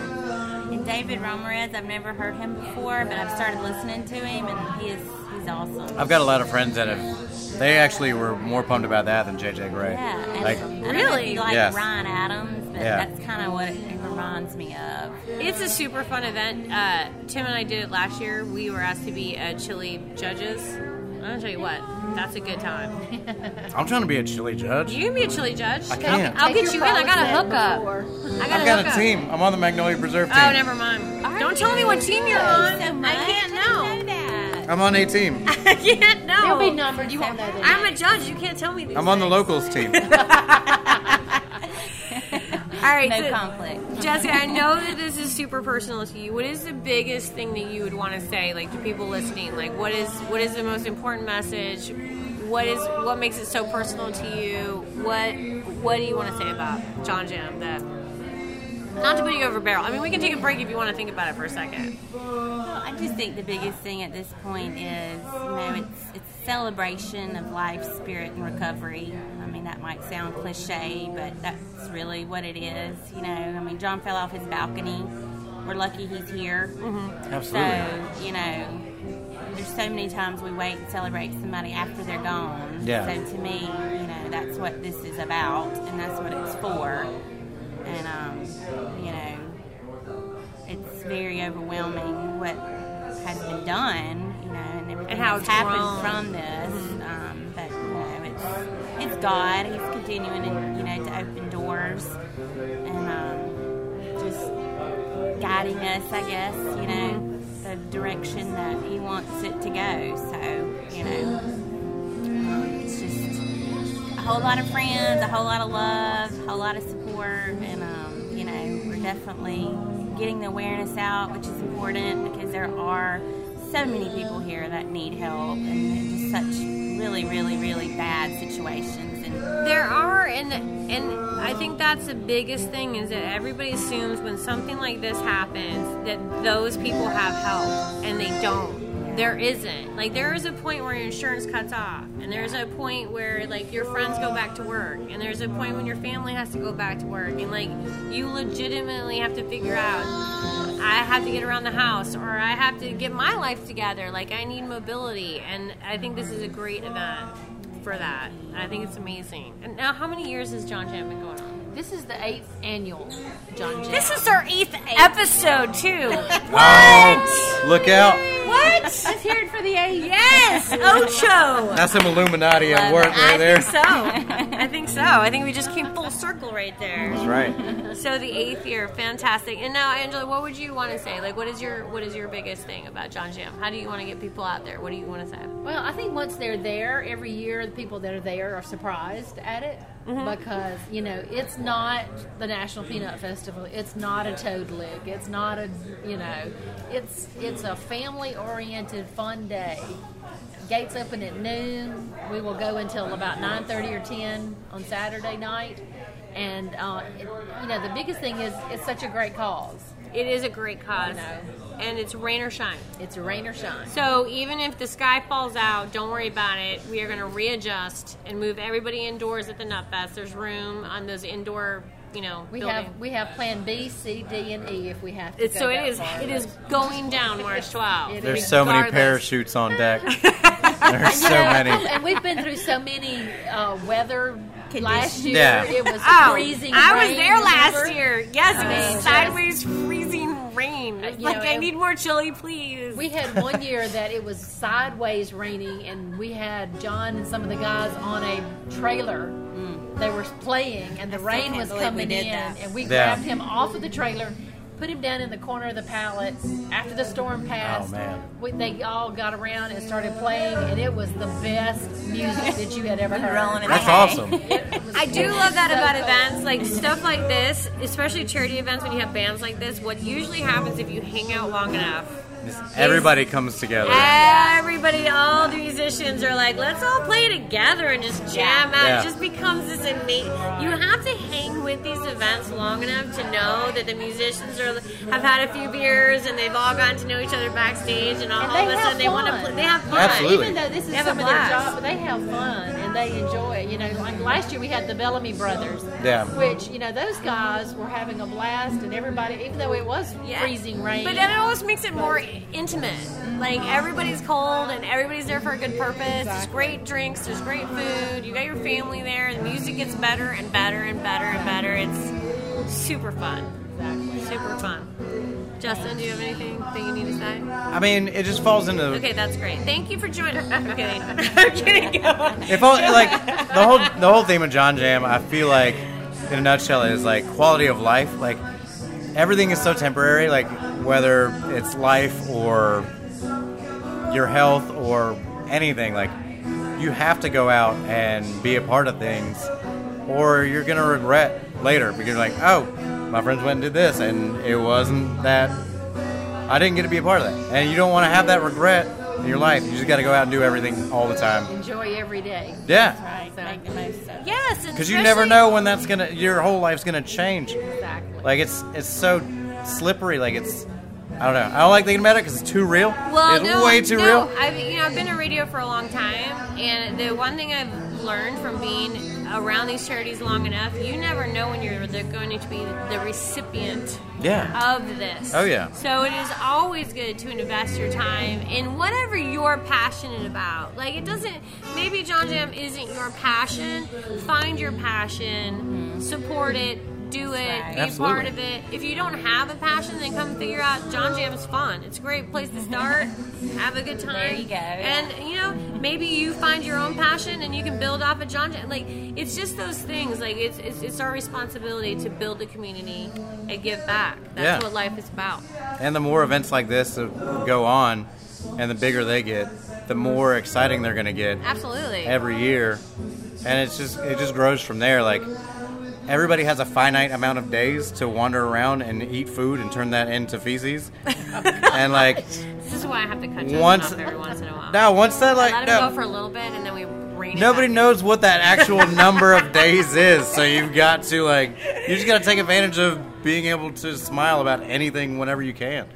Speaker 3: and David Ramirez, I've never heard him before, but I've started listening to him, and he is he's awesome.
Speaker 2: I've got a lot of friends that have. They actually were more pumped about that than JJ Gray.
Speaker 3: yeah, and I don't
Speaker 2: Like,
Speaker 3: know if
Speaker 1: Really?
Speaker 3: you like
Speaker 2: Yes.
Speaker 3: Ryan Adams, but
Speaker 2: Yeah.
Speaker 3: that's kind of what it reminds me of.
Speaker 1: It's a super fun event. Uh, Tim and I did it last year. We were asked to be uh, chili judges. I'm gonna tell you what, that's a good time.
Speaker 2: I'm trying to be a chili judge.
Speaker 1: You can be a chili judge.
Speaker 2: I can.
Speaker 1: I'll
Speaker 4: Take
Speaker 1: get
Speaker 4: your
Speaker 1: you in. I got a
Speaker 4: promised man
Speaker 1: hookup.
Speaker 4: before.
Speaker 1: I got
Speaker 2: I've
Speaker 1: a
Speaker 2: got
Speaker 1: hookup.
Speaker 2: a team. I'm on the Magnolia Preserve team.
Speaker 1: Oh, never mind. Don't tell me what team you're on.
Speaker 3: So
Speaker 1: I
Speaker 3: much.
Speaker 1: can't
Speaker 3: I
Speaker 1: know.
Speaker 3: didn't know that.
Speaker 2: I'm on a team.
Speaker 1: I can't know.
Speaker 4: They'll be numbered. You won't know them.
Speaker 1: Oh. I'm a judge. You can't tell me these
Speaker 2: I'm on the
Speaker 1: things.
Speaker 2: locals team.
Speaker 1: All right,
Speaker 3: No
Speaker 1: so-
Speaker 3: conflict.
Speaker 1: Jessica, I know that this is super personal to you. What is the biggest thing that you would want to say, like to people listening? Like, what is what is the most important message? What is what makes it so personal to you? What what do you want to say about John Jam? That not to put you over a barrel. I mean, we can take a break if you want to think about it for a second.
Speaker 3: Well, I just think the biggest thing at this point is, you know, it's it's celebration of life, spirit, and recovery. I mean, that might sound cliche, but that's really what it is. You know, I mean, John fell off his balcony. We're lucky he's here.
Speaker 1: Mm-hmm.
Speaker 2: Absolutely.
Speaker 3: So, you know, there's so many times we wait and celebrate somebody after they're gone.
Speaker 2: Yeah.
Speaker 3: So to me, you know, that's what this is about, and that's what it's for. And um, you know, it's very overwhelming what has been done, you know, and everything
Speaker 1: And how
Speaker 3: that's
Speaker 1: it's grown. Mm-hmm.
Speaker 3: happened from this. Um, but you know, it's it's God. He's continuing, and you know, to open doors and um, just guiding us, I guess, you know,
Speaker 1: Mm-hmm.
Speaker 3: the direction that He wants it to go. So you know, um, it's just a whole lot of friends, a whole lot of love, a whole lot of support, and um, you know, we're definitely getting the awareness out, which is important because there are so many people here that need help and in just such really, really, really bad situations. And
Speaker 1: There are, and and I think that's the biggest thing is that everybody assumes when something like this happens that those people have help, and they don't. There isn't. Like there is a point where your insurance cuts off, and there's a point where like your friends go back to work, and there's a point when your family has to go back to work, and like you legitimately have to figure out I have to get around the house, or I have to get my life together. Like I need mobility, and I think this is a great event for that. I think it's amazing. And now, how many years has John Jam been going on?
Speaker 4: This is the eighth annual John Jam.
Speaker 1: This is our eighth episode too.
Speaker 2: Oh, look out.
Speaker 1: what?
Speaker 4: Let's hear it for the eighth.
Speaker 1: Yes, Ocho.
Speaker 2: That's some Illuminati at work right
Speaker 1: I
Speaker 2: there.
Speaker 1: think so. I think so. I think we just came full circle right there.
Speaker 2: That's right.
Speaker 1: So the eighth year, fantastic. And now, Angela, what would you want to say? Like, what is your what is your biggest thing about John Jam? How do you want to get people out there? What do you want to say?
Speaker 4: Well, I think once they're there, every year the people that are there are surprised at it because you know it's not the National Peanut Festival, it's not a Toad Lick, it's not a you know, it's it's a family-oriented fun day. Gates open at noon. We will go until about nine thirty or ten on Saturday night, and uh, it, you know the biggest thing is it's such a great cause.
Speaker 1: It is a great cause,
Speaker 4: I
Speaker 1: and it's rain or shine.
Speaker 4: It's rain or shine.
Speaker 1: So even if the sky falls out, don't worry about it. We are going to readjust and move everybody indoors at the Nut Fest. There's room on those indoor, you know,
Speaker 4: We
Speaker 1: building.
Speaker 4: have we have Plan B, C, D, and E if we have to.
Speaker 1: it's,
Speaker 4: go
Speaker 1: so it
Speaker 4: that
Speaker 1: is.
Speaker 4: far.
Speaker 1: It is going down March 12th.
Speaker 4: It
Speaker 2: There's so many
Speaker 1: Regardless.
Speaker 2: parachutes on deck. There's so many.
Speaker 4: Oh, And we've been through so many uh, weather last year.
Speaker 2: Yeah.
Speaker 4: It was
Speaker 3: Oh,
Speaker 4: freezing.
Speaker 1: I was
Speaker 4: rain,
Speaker 1: there last
Speaker 4: remember?
Speaker 1: year. Yes, it
Speaker 4: I
Speaker 1: was
Speaker 4: mean,
Speaker 1: sideways freezing rain. It's
Speaker 4: Uh, you know,
Speaker 1: like I
Speaker 4: it-
Speaker 1: need more chili, please.
Speaker 4: We had one year that it was sideways raining, and we had John and some of the guys on a trailer. They were playing, and the
Speaker 3: Mm. still
Speaker 4: rain
Speaker 3: can't
Speaker 4: was
Speaker 3: believe we
Speaker 4: coming
Speaker 3: did
Speaker 4: in,
Speaker 3: that.
Speaker 4: and we
Speaker 2: Yeah.
Speaker 4: grabbed him off of the trailer. Put him down in the corner of the pallet. After the storm passed,
Speaker 2: Oh, man.
Speaker 4: We, they all got around and started playing, and it was the best music that you had ever heard.
Speaker 3: rolling in the
Speaker 2: That's
Speaker 3: hay.
Speaker 2: awesome.
Speaker 1: I do love that
Speaker 4: So
Speaker 1: about
Speaker 4: cool.
Speaker 1: events, like stuff like this, especially charity events when you have bands like this. What usually happens if you hang out long enough
Speaker 2: Everybody comes together.
Speaker 1: Everybody, all the musicians are like, let's all play together and just jam out.
Speaker 2: Yeah.
Speaker 1: It just becomes this innate. You have to hang with these events long enough to know that the musicians are have had a few beers and they've all gotten to know each other backstage, and all,
Speaker 4: And
Speaker 1: all
Speaker 4: they
Speaker 1: of a
Speaker 4: have
Speaker 1: sudden they want to
Speaker 4: fun.
Speaker 1: play. They have fun.
Speaker 2: Absolutely.
Speaker 4: Even though this is
Speaker 1: They have
Speaker 4: some
Speaker 1: a
Speaker 4: of their
Speaker 1: blast.
Speaker 4: job, but they have fun and they enjoy it. You know, like last year we had the Bellamy brothers.
Speaker 2: Yeah.
Speaker 4: Which you know those guys were having a blast and everybody, even though it was
Speaker 1: Yeah.
Speaker 4: freezing rain.
Speaker 1: But then it always makes it more intimate. Like everybody's cold and everybody's there for a good purpose. There's great drinks, there's great food. You got your family there. The music gets better and better and better and better. It's super fun. Super fun. Justin, do you have anything that you need to say?
Speaker 2: I mean, it just falls into
Speaker 1: Okay, that's great. Thank you for joining. I'm kidding. I'm kidding. Go on.
Speaker 2: If all, like the whole the whole theme of John Jam, I feel like in a nutshell is like quality of life. Like everything is so temporary. Like whether it's life or your health or anything, like you have to go out and be a part of things, or you're gonna regret later because you're like, oh, my friends went and did this, and it wasn't that. I didn't get to be a part of that, and you don't want to have that regret in your life. You just got to go out and do everything all the time.
Speaker 4: enjoy every day.
Speaker 2: Yeah.
Speaker 3: Right, make the most of it.
Speaker 1: Yes, and
Speaker 2: Because you never
Speaker 1: especially-
Speaker 2: know when that's gonna, your whole life's gonna change.
Speaker 4: Exactly.
Speaker 2: Like it's it's so slippery. Like it's, I don't know. I don't like thinking about it because it's too real.
Speaker 1: Well,
Speaker 2: it's
Speaker 1: no,
Speaker 2: way too
Speaker 1: no.
Speaker 2: real.
Speaker 1: I've you know I've been in radio for a long time, and the one thing I've learned from being around these charities long enough, you never know when you're they're going to be the recipient
Speaker 2: Yeah.
Speaker 1: of this.
Speaker 2: Oh, yeah.
Speaker 1: So it is always good to invest your time in whatever you're passionate about. Like it doesn't maybe John Jam isn't your passion. Find your passion, support it, do it, be
Speaker 2: Absolutely.
Speaker 1: a part of it. If you don't have a passion, then come figure out John Jam is fun. It's a great place to start. have a good time.
Speaker 3: There you go.
Speaker 1: And you know, maybe you find your own passion and you can build off of John Jam. Like it's just those things. Like it's it's, it's our responsibility to build the community and give back. That's
Speaker 2: Yeah.
Speaker 1: what life is about.
Speaker 2: And the more events like this that go on, and the bigger they get, the more exciting they're gonna get
Speaker 1: Absolutely.
Speaker 2: every year, and it's just it just grows from there. Like everybody has a finite amount of days to wander around and eat food and turn that into feces.
Speaker 1: Oh,
Speaker 2: and like
Speaker 1: This is why I have to cut you
Speaker 2: Once-
Speaker 1: off every once in a while.
Speaker 2: now, once that
Speaker 1: Let
Speaker 2: like
Speaker 1: him
Speaker 2: no,
Speaker 1: go for a little bit, and then we rein it
Speaker 2: nobody
Speaker 1: back.
Speaker 2: knows what that actual number of days is, so you've got to like you just got to take advantage of being able to smile about anything whenever you can.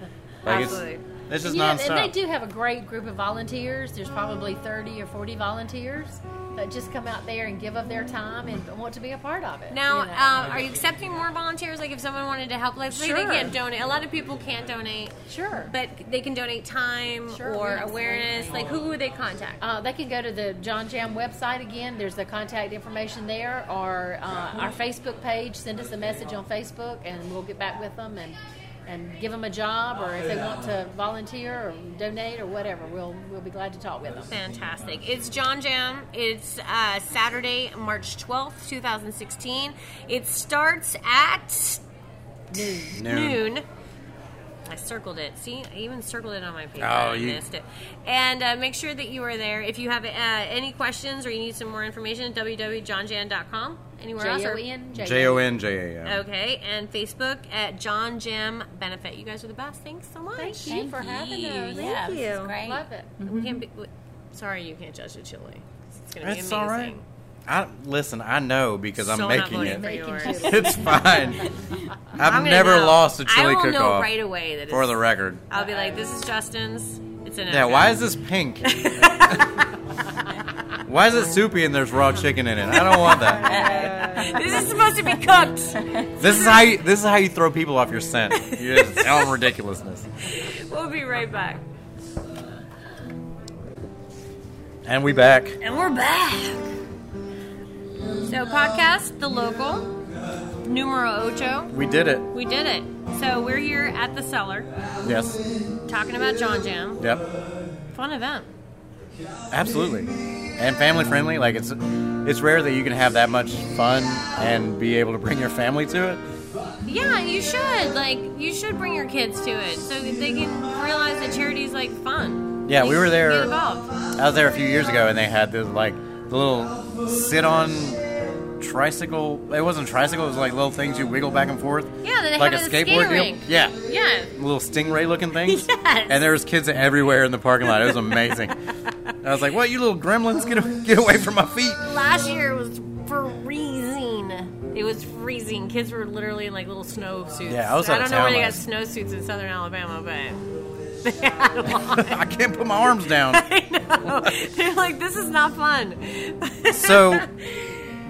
Speaker 2: Like
Speaker 1: Absolutely.
Speaker 2: it's, it's just
Speaker 4: yeah,
Speaker 2: nonstop.
Speaker 4: and they do have a great group of volunteers. There's probably 30 or 40 volunteers that just come out there and give of their time and want to be a part of it.
Speaker 1: Now,
Speaker 4: you know.
Speaker 1: um, are you accepting more volunteers? Like, if someone wanted to help, like say they
Speaker 4: Sure.
Speaker 1: can't donate. A lot of people can't donate,
Speaker 4: sure.
Speaker 1: but they can donate time
Speaker 4: Sure,
Speaker 1: or
Speaker 4: yes,
Speaker 1: awareness. Like, who would they contact?
Speaker 4: Uh, they can go to the John Jam website again. There's the contact information there, or uh, our Facebook page. Send us a message on Facebook, and we'll get back with them and and give them a job, or if they want to volunteer or donate or whatever, we'll we'll be glad to talk with them.
Speaker 1: Fantastic. It's John Jam. It's uh, Saturday, March 12th, 2016. It starts at noon. I circled it. See, I even circled it on my paper.
Speaker 2: Oh,
Speaker 1: I
Speaker 2: you-
Speaker 1: missed it. And uh, make sure that you are there. If you have uh, any questions or you need some more information, www.johnjan.com. Anywhere else? or-
Speaker 4: J-O-N, J-O-N.
Speaker 2: J O N J A M.
Speaker 1: Okay, and Facebook at John Jam Benefit. You guys are the best. Thanks so much.
Speaker 4: Thank you
Speaker 3: Thank
Speaker 4: for having
Speaker 3: you.
Speaker 4: us.
Speaker 3: Yeah,
Speaker 1: Thank
Speaker 3: this is
Speaker 1: you.
Speaker 3: great.
Speaker 4: Love it.
Speaker 1: We can't be, we- sorry, you can't judge the chili. It's gonna
Speaker 2: It's
Speaker 1: be amazing.
Speaker 2: all right. I listen. I know because
Speaker 1: So
Speaker 2: I'm
Speaker 1: not
Speaker 2: making
Speaker 1: voting
Speaker 2: it.
Speaker 1: for yours.
Speaker 4: Making chili.
Speaker 2: It's fine.
Speaker 1: I'm
Speaker 2: I've
Speaker 1: gonna
Speaker 2: never
Speaker 1: know.
Speaker 2: lost a
Speaker 1: I
Speaker 2: chili
Speaker 1: will
Speaker 2: cook
Speaker 1: know
Speaker 2: off.
Speaker 1: right away that it's,
Speaker 2: For the record.
Speaker 1: I'll be like, this is Justin's. It's an
Speaker 2: Yeah, why is this pink? why is it soupy and there's raw chicken in it? I don't want that.
Speaker 1: this is supposed to be cooked.
Speaker 2: This is how you, this is how you throw people off your scent. You just tell them ridiculousness.
Speaker 1: We'll be right back.
Speaker 2: And we back.
Speaker 1: And we're back. So podcast the local numero ocho.
Speaker 2: We did it.
Speaker 1: We did it. So we're here at the cellar
Speaker 2: Yes.
Speaker 1: talking about John Jam.
Speaker 2: Yep.
Speaker 1: Fun event.
Speaker 2: Absolutely. And family friendly. Like it's it's rare that you can have that much fun and be able to bring your family to it.
Speaker 1: Yeah, you should. Like, you should bring your kids to it so that they can realize that charity's like fun.
Speaker 2: Yeah,
Speaker 1: Like,
Speaker 2: we were there-
Speaker 1: Get involved.
Speaker 2: I was there a few years ago, and they had the like the little sit-on tricycle. It wasn't a tricycle; it was like little things you wiggle back and forth.
Speaker 1: Yeah, then they
Speaker 2: like
Speaker 1: have
Speaker 2: a
Speaker 1: it at the
Speaker 2: skateboard
Speaker 1: skating
Speaker 2: deal.
Speaker 1: rink.
Speaker 2: Yeah,
Speaker 1: Yeah.
Speaker 2: little stingray-looking things.
Speaker 1: Yes.
Speaker 2: And there was kids everywhere in the parking lot. It was amazing. I was like, "What, you little gremlins? Get get away from my feet!"
Speaker 1: Last year was freezing. It was freezing. Kids were literally in like little snow suits.
Speaker 2: Yeah, I was
Speaker 1: I
Speaker 2: out
Speaker 1: don't
Speaker 2: of
Speaker 1: know where
Speaker 2: town
Speaker 1: they got
Speaker 2: last-
Speaker 1: snow suits in southern Alabama, but they had a lot.
Speaker 2: I can't put my arms down.
Speaker 1: I know. They're like, this is not fun.
Speaker 2: so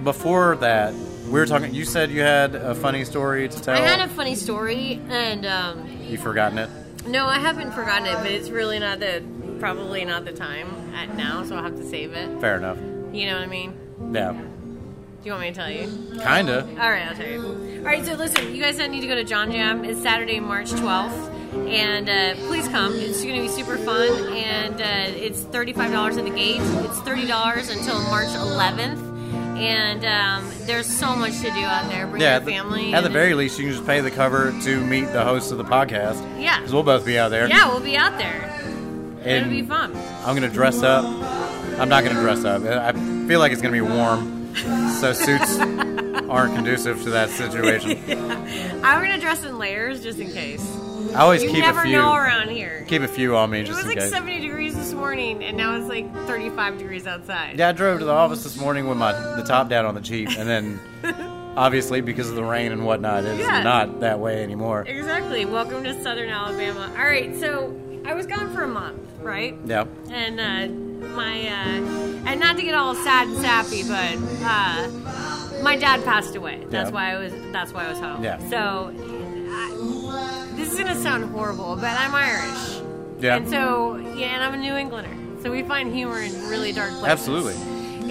Speaker 2: before that, we were talking. You said you had a funny story to tell.
Speaker 1: I had a funny story, and um,
Speaker 2: You've forgotten it.
Speaker 1: No, I haven't forgotten it, but it's really not the probably not the time at now, so I'll have to save it.
Speaker 2: Fair enough.
Speaker 1: You know what I mean?
Speaker 2: Yeah,
Speaker 1: Do you want me to tell you?
Speaker 2: kinda.
Speaker 1: All right, I'll tell you. All right, so listen, you guys don't need to go to John Jam. It's Saturday, March 12th, and uh, please come. It's going to be super fun, and uh, it's $35 at the gate. It's $30 until March 11th. And um, there's so much to do out there. Bring
Speaker 2: Yeah,
Speaker 1: your family.
Speaker 2: At the, at the
Speaker 1: and-
Speaker 2: very least, you can just pay the cover to meet the hosts of the podcast.
Speaker 1: Yeah.
Speaker 2: because we'll both be out there.
Speaker 1: yeah, we'll be out there. It'll
Speaker 2: And
Speaker 1: be fun.
Speaker 2: I'm gonna dress up. I'm not gonna dress up. I feel like it's gonna be warm, so suits aren't conducive to that situation.
Speaker 1: I'm gonna dress in layers just in case.
Speaker 2: I always
Speaker 1: You
Speaker 2: keep
Speaker 1: never
Speaker 2: a few.
Speaker 1: know around here.
Speaker 2: Keep a few on me
Speaker 1: It
Speaker 2: just
Speaker 1: was like
Speaker 2: in case.
Speaker 1: 70 degrees this morning, and now it's like 35 degrees outside.
Speaker 2: Yeah, I drove to the office this morning with my the top down on the jeep, and then obviously because of the rain and whatnot, it's
Speaker 1: Yeah.
Speaker 2: not that way anymore.
Speaker 1: Exactly. Welcome to Southern Alabama. All right, so I was gone for a month, right?
Speaker 2: Yeah,
Speaker 1: And uh, my uh, and not to get all sad and sappy, but uh, my dad passed away. That's
Speaker 2: Yeah.
Speaker 1: why I was. That's why I was home.
Speaker 2: Yeah.
Speaker 1: So I, this is gonna sound horrible, but I'm Irish.
Speaker 2: yeah,
Speaker 1: And so, yeah, and I'm a New Englander. So we find humor in really dark places.
Speaker 2: Absolutely.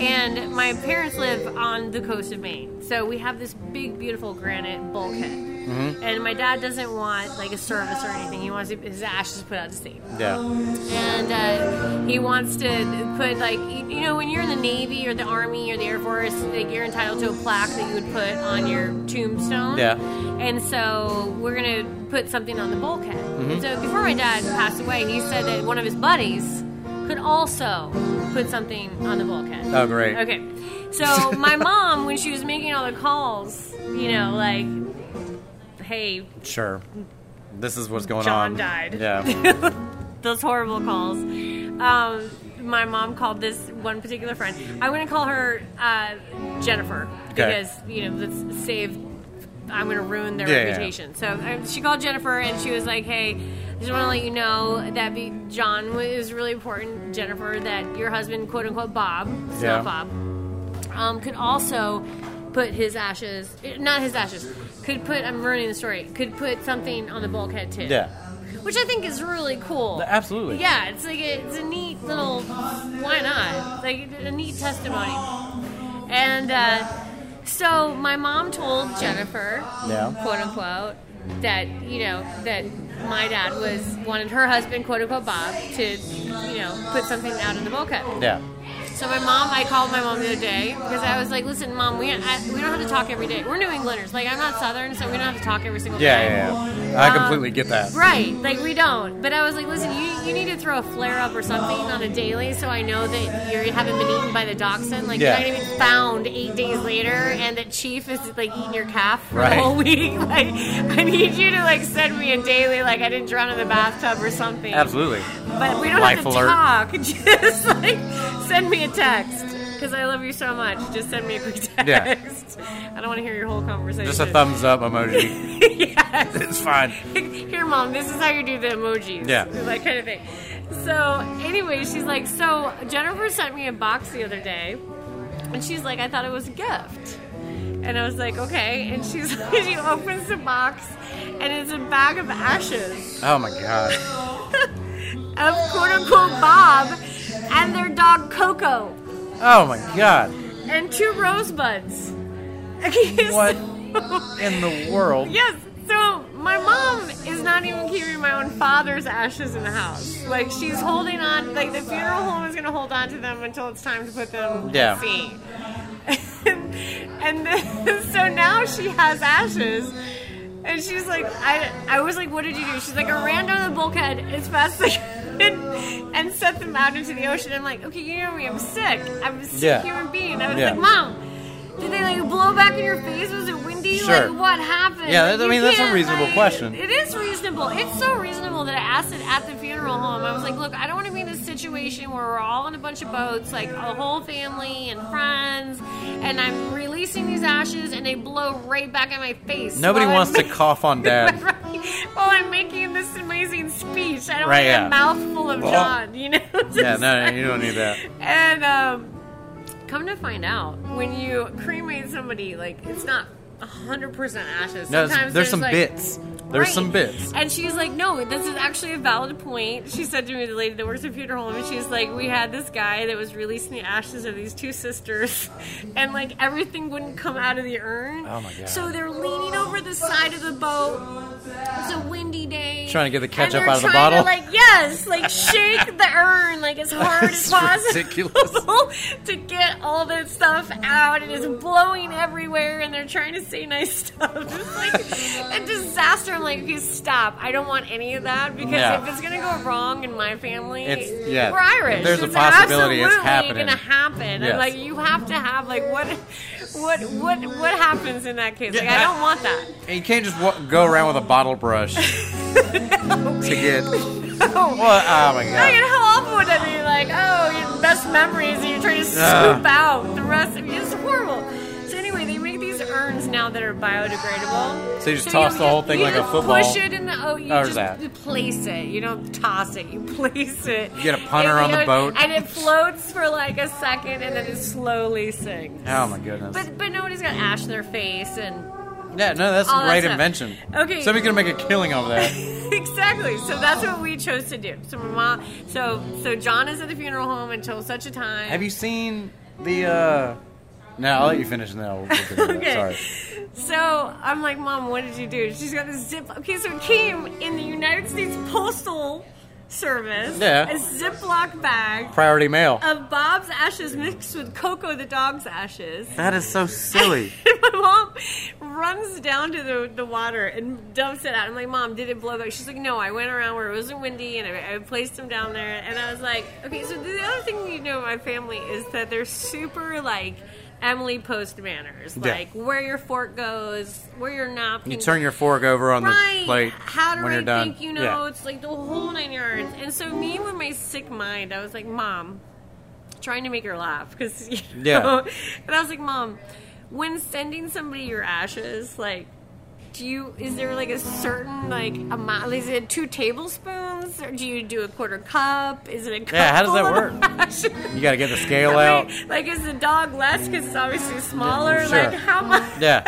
Speaker 1: And my parents live on the coast of Maine. So we have this big, beautiful granite bulkhead.
Speaker 2: Mm-hmm.
Speaker 1: And my dad doesn't want like a service or anything. He wants his ashes put out to sea
Speaker 2: yeah.
Speaker 1: and uh, he wants to put like you you know when you're in the navy or the army or the air force like you're entitled to a plaque that you would put on your tombstone
Speaker 2: Yeah.
Speaker 1: and so we're
Speaker 2: Mm-hmm.
Speaker 1: gonna put something on the bulkhead so before my dad passed away he said that one of his buddies could also put something on the bulkhead.
Speaker 2: Oh, great.
Speaker 1: Okay. So my mom, when she was making all the calls, you know, like, hey,
Speaker 2: Sure. This is what's going
Speaker 1: John
Speaker 2: on.
Speaker 1: died.
Speaker 2: Yeah.
Speaker 1: those horrible calls. Um, my mom called this one particular friend. I'm going to call her uh, Jennifer because you know let's save. I'm going to ruin their
Speaker 2: Yeah, yeah, yeah.
Speaker 1: reputation. So um, she called Jennifer and she was like, "Hey, I just want to let you know that be, John was really important, Jennifer. That your husband, quote unquote, Bob, it's
Speaker 2: Yeah.
Speaker 1: not Bob, um, could also put his ashes, eh, not his ashes, could put. I'm ruining the story. Could put something on the bulkhead too.
Speaker 2: yeah.
Speaker 1: Which I think is really cool.
Speaker 2: Absolutely.
Speaker 1: Yeah, it's like a, it's a neat little. Why not? Like a neat testimony. And uh, so my mom told Jennifer,
Speaker 2: Yeah.
Speaker 1: quote unquote, that you know that my dad was wanted her husband, quote unquote, Bob, to you know put something out in the bowl cut.
Speaker 2: Yeah.
Speaker 1: So my mom, I called my mom the other day because I was like, "Listen, mom, we I, we don't have to talk every day. We're New Englanders. Like I'm not Southern, so we don't have to talk every single day."
Speaker 2: Yeah. yeah, yeah. I completely get that.
Speaker 1: Um, Right, like we don't. But I was like, listen, you, you need to throw a flare up or something on a daily so I know that you haven't been eaten by the dachshund. Like
Speaker 2: Yeah.
Speaker 1: you're not gonna be found eight days later and that Chief is like eating your calf for
Speaker 2: Right.
Speaker 1: the whole week. Like I need you to like send me a daily like I didn't drown in the bathtub or something.
Speaker 2: Absolutely.
Speaker 1: But we don't
Speaker 2: Life
Speaker 1: have to
Speaker 2: alert.
Speaker 1: talk. Just like send me a text. Because I love you so much. Just send me a quick
Speaker 2: Yeah.
Speaker 1: text. I don't want to hear your whole conversation.
Speaker 2: Just a thumbs up emoji.
Speaker 1: yes
Speaker 2: It's fine.
Speaker 1: here, mom, this is how you do the emojis.
Speaker 2: Yeah.
Speaker 1: That kind of thing. So, anyway, she's like, so Jennifer sent me a box the other day, and she's like, I thought it was a gift. And I was like, okay. And she's she opens the box, and it's a bag of ashes
Speaker 2: Oh my god.
Speaker 1: of quote unquote Bob and their dog Coco
Speaker 2: Oh my god.
Speaker 1: and two rosebuds. Okay,
Speaker 2: What
Speaker 1: so-
Speaker 2: In the world.
Speaker 1: Yes. So my mom is not even keeping my own father's ashes in the house. Like she's holding on. Like the funeral home is gonna hold on to them until it's time to put them
Speaker 2: Yeah.
Speaker 1: at sea. and then, so now she has ashes. And she's like, I, I was like, what did you do? She's like, I ran down the bulkhead as fast as I could and set them out into the ocean. I'm like, okay, you know me, I'm sick. I'm a sick
Speaker 2: Yeah.
Speaker 1: human being. I was
Speaker 2: Yeah.
Speaker 1: like, mom, did they like blow back in your face? Was it windy?
Speaker 2: Sure.
Speaker 1: Like, what happened?
Speaker 2: Yeah,
Speaker 1: Like,
Speaker 2: that- I
Speaker 1: you
Speaker 2: mean, that's a
Speaker 1: can't,
Speaker 2: reasonable
Speaker 1: like-
Speaker 2: question.
Speaker 1: It is reasonable. It's so reasonable that I asked it at the funeral home. I was like, look, I don't want to be in this situation where we're all in a bunch of boats, like a whole family and friends, and I'm releasing these ashes and they blow right back in my face.
Speaker 2: Nobody
Speaker 1: while
Speaker 2: wants
Speaker 1: I'm
Speaker 2: to cough on dad.
Speaker 1: Right. While I'm making this amazing speech, I don't want
Speaker 2: Right, yeah.
Speaker 1: a mouthful of
Speaker 2: Well-
Speaker 1: John, you know?
Speaker 2: Yeah, no, you don't need that.
Speaker 1: And um, come to find out, when you cremate somebody, like it's not hundred percent ashes.
Speaker 2: No,
Speaker 1: Sometimes
Speaker 2: there's, some
Speaker 1: like-
Speaker 2: bits. There's
Speaker 1: Right.
Speaker 2: some bits.
Speaker 1: And she's like, no, this is actually a valid point. She said to me, the lady that works at funeral home, and she's like, we had this guy that was releasing the ashes of these two sisters, and like everything wouldn't come out of the urn.
Speaker 2: Oh, my God.
Speaker 1: So they're leaning over the side of the boat. It's a windy day.
Speaker 2: Trying to get the
Speaker 1: and
Speaker 2: ketchup
Speaker 1: they're
Speaker 2: out of the
Speaker 1: trying to,
Speaker 2: bottle.
Speaker 1: like yes, like shake the urn like as hard
Speaker 2: It's
Speaker 1: as possible
Speaker 2: ridiculous.
Speaker 1: to get all that stuff out. It is blowing everywhere, and they're trying to say nice stuff. It's like a disaster. I'm like, okay, stop. I don't want any of that because
Speaker 2: Yeah.
Speaker 1: if it's gonna go wrong in my family,
Speaker 2: It's- yeah.
Speaker 1: we're Irish.
Speaker 2: If there's a
Speaker 1: it's
Speaker 2: possibility, it's
Speaker 1: absolutely
Speaker 2: happening.
Speaker 1: gonna happen.
Speaker 2: Yes.
Speaker 1: I'm like, you have to have like what, what, what, what happens in that case?
Speaker 2: Yeah,
Speaker 1: Like, I
Speaker 2: that-
Speaker 1: don't want that.
Speaker 2: And you can't just wa- go around with a bottle brush to get. Well, oh my
Speaker 1: Like, and
Speaker 2: god.
Speaker 1: how awful would that be? Like, oh, your best memories, and you're trying to scoop
Speaker 2: Ugh.
Speaker 1: out the rest of you. It's horrible. So anyway, they make these urns now that are biodegradable.
Speaker 2: So you just toss the whole thing
Speaker 1: you
Speaker 2: like a
Speaker 1: just
Speaker 2: football.
Speaker 1: Push it in the oh, you
Speaker 2: Or
Speaker 1: just
Speaker 2: that.
Speaker 1: you place it. You don't toss it. You place it.
Speaker 2: You get a punter
Speaker 1: And
Speaker 2: on the
Speaker 1: it-
Speaker 2: boat.
Speaker 1: and it floats for like a second, and then it slowly sinks.
Speaker 2: Oh my goodness.
Speaker 1: But but nobody's got ash in their face and.
Speaker 2: yeah, no, that's a
Speaker 1: all that
Speaker 2: great
Speaker 1: stuff.
Speaker 2: invention.
Speaker 1: Okay.
Speaker 2: Somebody's gonna make a killing over that.
Speaker 1: exactly. So that's what we chose to do. So my mom, so so John is at the funeral home until such a time.
Speaker 2: Have you seen the? uh No, I'll let you finish, and then I'll. we'll get into that.
Speaker 1: Okay.
Speaker 2: Sorry.
Speaker 1: So I'm like, Mom, what did you do? She's got this zip. Okay, so it came in the United States Postal Service.
Speaker 2: Yeah.
Speaker 1: A Ziploc bag
Speaker 2: Priority mail.
Speaker 1: of Bob's ashes mixed with Coco the dog's ashes.
Speaker 2: That is so silly.
Speaker 1: And my mom runs down to the, the water and dumps it out. I'm like, Mom, did it blow back? She's like, No, I went around where it wasn't windy and I, I placed them down there. And I was like, Okay, so the other thing you know about my family is that they're super like Emily Post manners,
Speaker 2: Yeah.
Speaker 1: like where your fork goes, where your napkin.
Speaker 2: You turn your fork over on
Speaker 1: right.
Speaker 2: the plate
Speaker 1: How do
Speaker 2: when
Speaker 1: I
Speaker 2: you're done.
Speaker 1: think you know? It's like the whole nine yards. And so me with my sick mind, I was like, Mom, trying to make her laugh because you
Speaker 2: Yeah.
Speaker 1: know. And I was like, Mom, when sending somebody your ashes, like. Do you is there like a certain like amount? Is it two tablespoons, or do you do a quarter cup? Is it a cup?
Speaker 2: Yeah, how does that
Speaker 1: full of
Speaker 2: work?
Speaker 1: ashes?
Speaker 2: yeah. You got to get the scale
Speaker 1: I
Speaker 2: out.
Speaker 1: mean, Like, is the dog less because it's obviously smaller?
Speaker 2: Sure.
Speaker 1: Like, how much?
Speaker 2: Yeah.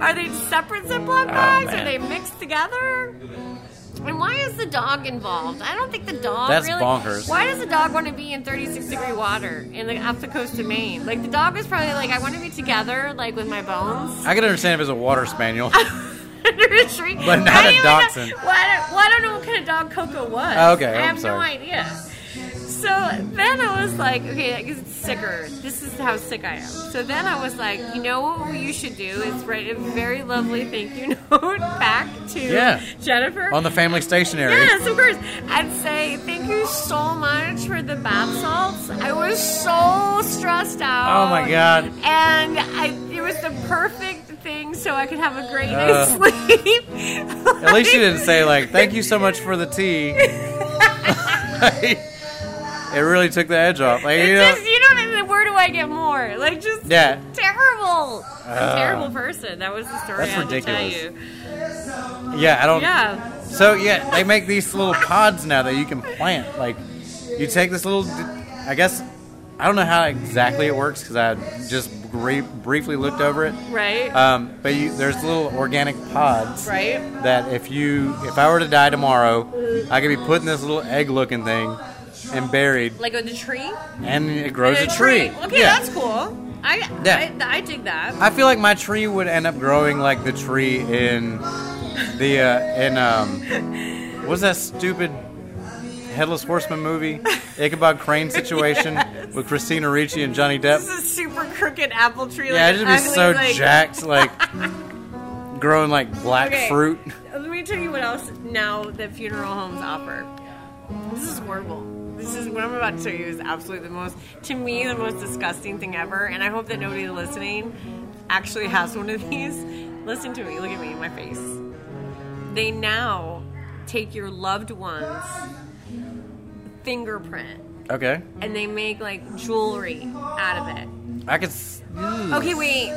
Speaker 1: Are they separate Ziploc bags? Are
Speaker 2: Oh, man.
Speaker 1: they mixed together? And why is the dog involved? I don't think the dog
Speaker 2: That's
Speaker 1: really.
Speaker 2: bonkers.
Speaker 1: Why does the dog want to be in 36 degree water in the, off the coast of Maine? Like the dog is probably like, I want to be together, like with my bones.
Speaker 2: I can understand if it's a water spaniel.
Speaker 1: Under a tree.
Speaker 2: But not
Speaker 1: I don't
Speaker 2: a
Speaker 1: even know-
Speaker 2: dachshund.
Speaker 1: Well, I don't, well, I don't know what kind of dog Coco was.
Speaker 2: Oh, okay,
Speaker 1: I
Speaker 2: I'm
Speaker 1: have no
Speaker 2: sorry.
Speaker 1: idea. So then I was like, okay, I guess it's sicker. This is how sick I am. So then I was like, you know what you should do is write a very lovely thank you note back to
Speaker 2: Yeah.
Speaker 1: Jennifer.
Speaker 2: on the family stationery.
Speaker 1: Yes, of course. I'd say thank you so much for the bath salts. I was so stressed out.
Speaker 2: Oh my God.
Speaker 1: And I, it was the perfect thing so I could have a great night's
Speaker 2: Uh.
Speaker 1: sleep.
Speaker 2: At least you didn't say like, "Thank you so much for the tea." it really took the edge off. Like,
Speaker 1: It's
Speaker 2: you know,
Speaker 1: just, you know, what I mean? where do I get more? Like, just
Speaker 2: Yeah.
Speaker 1: terrible. I'm a
Speaker 2: Ugh.
Speaker 1: terrible person. That was the story
Speaker 2: That's
Speaker 1: I had
Speaker 2: ridiculous.
Speaker 1: to tell you.
Speaker 2: yeah, I don't.
Speaker 1: Yeah.
Speaker 2: So yeah, they make these little pods now that you can plant. Like, you take this little. I guess I don't know how exactly it works because I just bri- briefly looked over it.
Speaker 1: Right?
Speaker 2: Um, but you, there's little organic pods.
Speaker 1: right?
Speaker 2: that if you if I were to die tomorrow, I could be put in this little egg looking thing and buried
Speaker 1: Like with the tree?
Speaker 2: and it grows a
Speaker 1: And
Speaker 2: tree.
Speaker 1: Okay,
Speaker 2: yeah.
Speaker 1: that's cool. I,
Speaker 2: Yeah.
Speaker 1: I, I dig that.
Speaker 2: I feel like my tree would end up growing like the tree in the uh in um what's that stupid Headless Horseman movie? Ichabod Crane situation with Christina Ricci and Johnny Depp.
Speaker 1: This is a super crooked apple tree.
Speaker 2: Yeah,
Speaker 1: like,
Speaker 2: it'd just be
Speaker 1: ugly,
Speaker 2: so
Speaker 1: like-
Speaker 2: jacked like growing like black
Speaker 1: Okay.
Speaker 2: fruit.
Speaker 1: Let me tell you what else now that funeral homes offer. This is horrible. This is what I'm about to tell you is absolutely the most, to me, the most disgusting thing ever. And I hope that nobody listening actually has one of these. Listen to me. Look at me in my face. They now take your loved one's fingerprint
Speaker 2: Okay.
Speaker 1: and they make like jewelry out of it.
Speaker 2: I could s- mm.
Speaker 1: Okay, wait.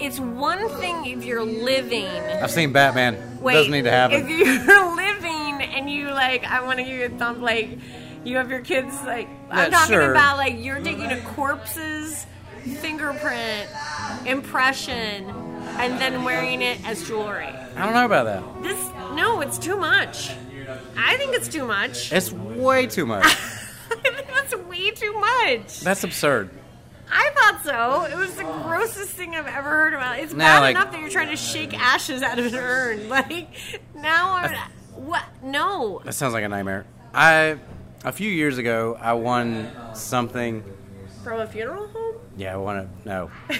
Speaker 1: It's one thing if you're living
Speaker 2: I've seen Batman.
Speaker 1: Wait,
Speaker 2: Doesn't need to happen.
Speaker 1: If you're living and you like, I want to give you a thumb. Like, you have your kids. Like, I'm
Speaker 2: Yeah,
Speaker 1: talking
Speaker 2: sure.
Speaker 1: about like you're taking a corpse's fingerprint impression and then wearing it as jewelry.
Speaker 2: I don't know about that.
Speaker 1: This no, it's too much. I think it's too much.
Speaker 2: It's way too much.
Speaker 1: I think That's way too much.
Speaker 2: That's absurd.
Speaker 1: I thought so. It was the grossest thing I've ever heard about. It's
Speaker 2: Now,
Speaker 1: bad
Speaker 2: like-
Speaker 1: enough that you're trying to shake ashes out of an urn. Like now, I'm, what? No.
Speaker 2: That sounds like a nightmare. I a few years ago I won something.
Speaker 1: From a funeral home?
Speaker 2: Yeah, I won a no. I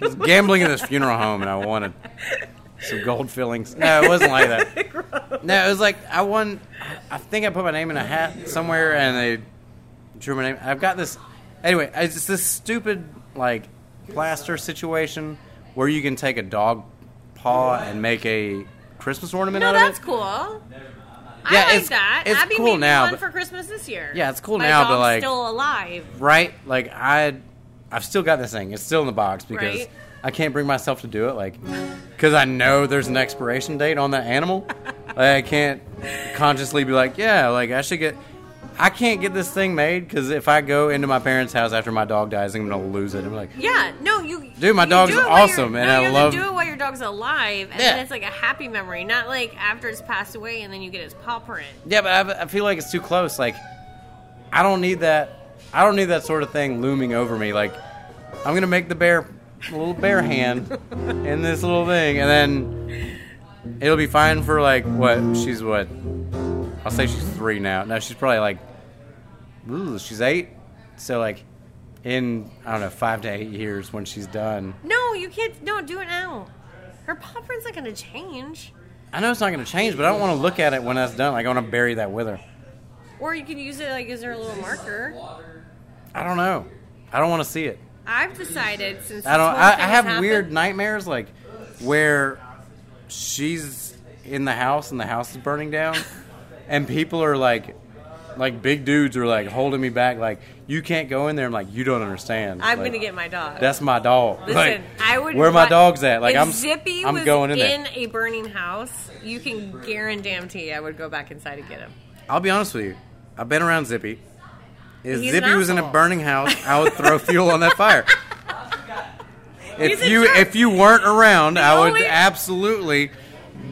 Speaker 2: was gambling at this funeral home and I won a, some gold fillings. No, it wasn't like that. No, it was like I won. I think I put my name in a hat somewhere and they drew my name. I've got this. Anyway, it's just this stupid like plaster situation where you can take a dog paw and make a Christmas ornament
Speaker 1: No,
Speaker 2: out of it.
Speaker 1: that's cool. I
Speaker 2: Yeah,
Speaker 1: like
Speaker 2: it's-
Speaker 1: that.
Speaker 2: it's
Speaker 1: Abby
Speaker 2: cool
Speaker 1: made me
Speaker 2: now,
Speaker 1: one
Speaker 2: but-
Speaker 1: for Christmas this year.
Speaker 2: Yeah, it's cool
Speaker 1: My
Speaker 2: now, but,
Speaker 1: dog's
Speaker 2: like-
Speaker 1: still alive.
Speaker 2: right? Like I, I've still got this thing. It's still in the box because
Speaker 1: Right.
Speaker 2: I can't bring myself to do it. Like, because I know there's an expiration date on that animal. like, I can't consciously be like, yeah, like I should get. I can't get this thing made because if I go into my parents' house after my dog dies, I'm gonna lose it. I'm like,
Speaker 1: Yeah, no, you.
Speaker 2: Dude, my
Speaker 1: you
Speaker 2: dog's
Speaker 1: do it while you're-
Speaker 2: awesome, and
Speaker 1: no,
Speaker 2: I
Speaker 1: you have
Speaker 2: love-
Speaker 1: To do it while your dog's alive, and
Speaker 2: Yeah.
Speaker 1: then it's like a happy memory, not like after it's passed away and then you get his paw print.
Speaker 2: yeah, but I, I feel like it's too close. Like, I don't need that. I don't need that sort of thing looming over me. Like, I'm gonna make the bear, little bear hand, in this little thing, and then it'll be fine for like what? She's what? I'll say she's three now. No, she's probably like, ooh, she's eight. So like, in I don't know, five to eight years when she's done.
Speaker 1: No, No, you can't. No, do it now. Her paw print's not going to change.
Speaker 2: I know it's not going to change, but I don't want to look at it when that's done. Like I want to bury that with her.
Speaker 1: Or you can use it like as her little marker.
Speaker 2: I don't know. I don't want to see it.
Speaker 1: I've decided since
Speaker 2: I don't.
Speaker 1: this whole
Speaker 2: I, I
Speaker 1: thing has
Speaker 2: have
Speaker 1: happened-
Speaker 2: weird nightmares like where she's in the house and the house is burning down, and people are like, like big dudes are like holding me back, like you can't go in there. I'm like, you don't understand.
Speaker 1: I'm
Speaker 2: Like,
Speaker 1: gonna get my dog.
Speaker 2: That's my dog.
Speaker 1: Listen,
Speaker 2: like,
Speaker 1: I would.
Speaker 2: Where my
Speaker 1: wa-
Speaker 2: dog's at? Like
Speaker 1: if
Speaker 2: I'm.
Speaker 1: Zippy
Speaker 2: I'm
Speaker 1: was
Speaker 2: going in, there.
Speaker 1: a burning house. You can guarantee I would go back inside and get him.
Speaker 2: I'll be honest with you. I've been around Zippy. If
Speaker 1: He's an
Speaker 2: Zippy was in a
Speaker 1: asshole.
Speaker 2: burning house, I would throw fuel on that fire.
Speaker 1: He's
Speaker 2: If
Speaker 1: a
Speaker 2: you
Speaker 1: jerk.
Speaker 2: if you weren't around, I would
Speaker 1: only-
Speaker 2: absolutely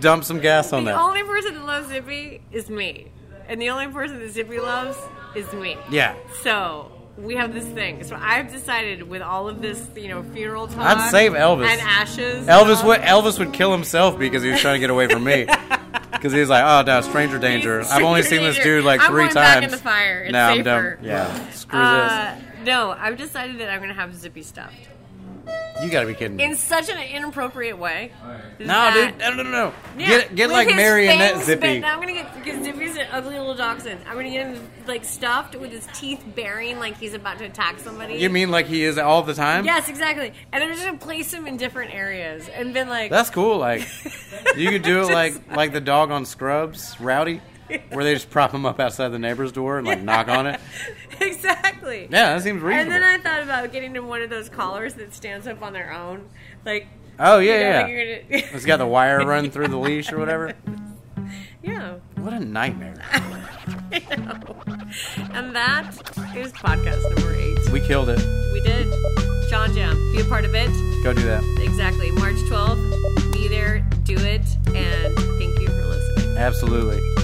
Speaker 2: dump some gas on
Speaker 1: the
Speaker 2: that.
Speaker 1: only person that loves Zippy is me, and the only person that Zippy loves is me.
Speaker 2: Yeah.
Speaker 1: So we have this thing. So I've decided with all of this, you know, funeral talk.
Speaker 2: I'd save Elvis.
Speaker 1: and ashes.
Speaker 2: Elvis
Speaker 1: um,
Speaker 2: would Elvis would kill himself because he was trying to get away from me. Because he was like, "Oh no, stranger danger." I've only seen
Speaker 1: stranger
Speaker 2: this
Speaker 1: danger.
Speaker 2: dude like
Speaker 1: I'm
Speaker 2: three
Speaker 1: going
Speaker 2: times.
Speaker 1: back in the fire. It's
Speaker 2: no, I'm
Speaker 1: safer.
Speaker 2: done. Yeah, screw
Speaker 1: Uh, no, I've decided that I'm gonna have Zippy stuffed
Speaker 2: this. You gotta be kidding me.
Speaker 1: in such an inappropriate way.
Speaker 2: no,
Speaker 1: that-
Speaker 2: dude, no, no, no, no.
Speaker 1: Yeah,
Speaker 2: get get
Speaker 1: with
Speaker 2: like
Speaker 1: his
Speaker 2: marionette
Speaker 1: fangs
Speaker 2: zippy.
Speaker 1: bent- I'm gonna get because Zippy's an ugly little dachshund. I'm gonna get him like stuffed with his teeth baring like he's about to attack somebody.
Speaker 2: You mean like he is all the time?
Speaker 1: Yes, exactly. And I'm just gonna place him in different areas and been like,
Speaker 2: That's cool. Like you could do it
Speaker 1: Just-
Speaker 2: like like the dog on Scrubs, Rowdy, where they just prop him up outside the neighbor's door and like knock on it.
Speaker 1: exactly.
Speaker 2: Yeah, that seems
Speaker 1: And
Speaker 2: reasonable.
Speaker 1: then I thought about getting him one of those collars that stands up on their own, like.
Speaker 2: oh yeah,
Speaker 1: you know,
Speaker 2: yeah.
Speaker 1: like you're gonna-
Speaker 2: it's got the wire run through the leash or whatever.
Speaker 1: yeah.
Speaker 2: What a nightmare.
Speaker 1: I know. And that is podcast number eight.
Speaker 2: We killed it.
Speaker 1: We did. John Jam, be a part of it.
Speaker 2: Go do that.
Speaker 1: Exactly. March 12th. Be there, do it, and thank you for listening.
Speaker 2: Absolutely.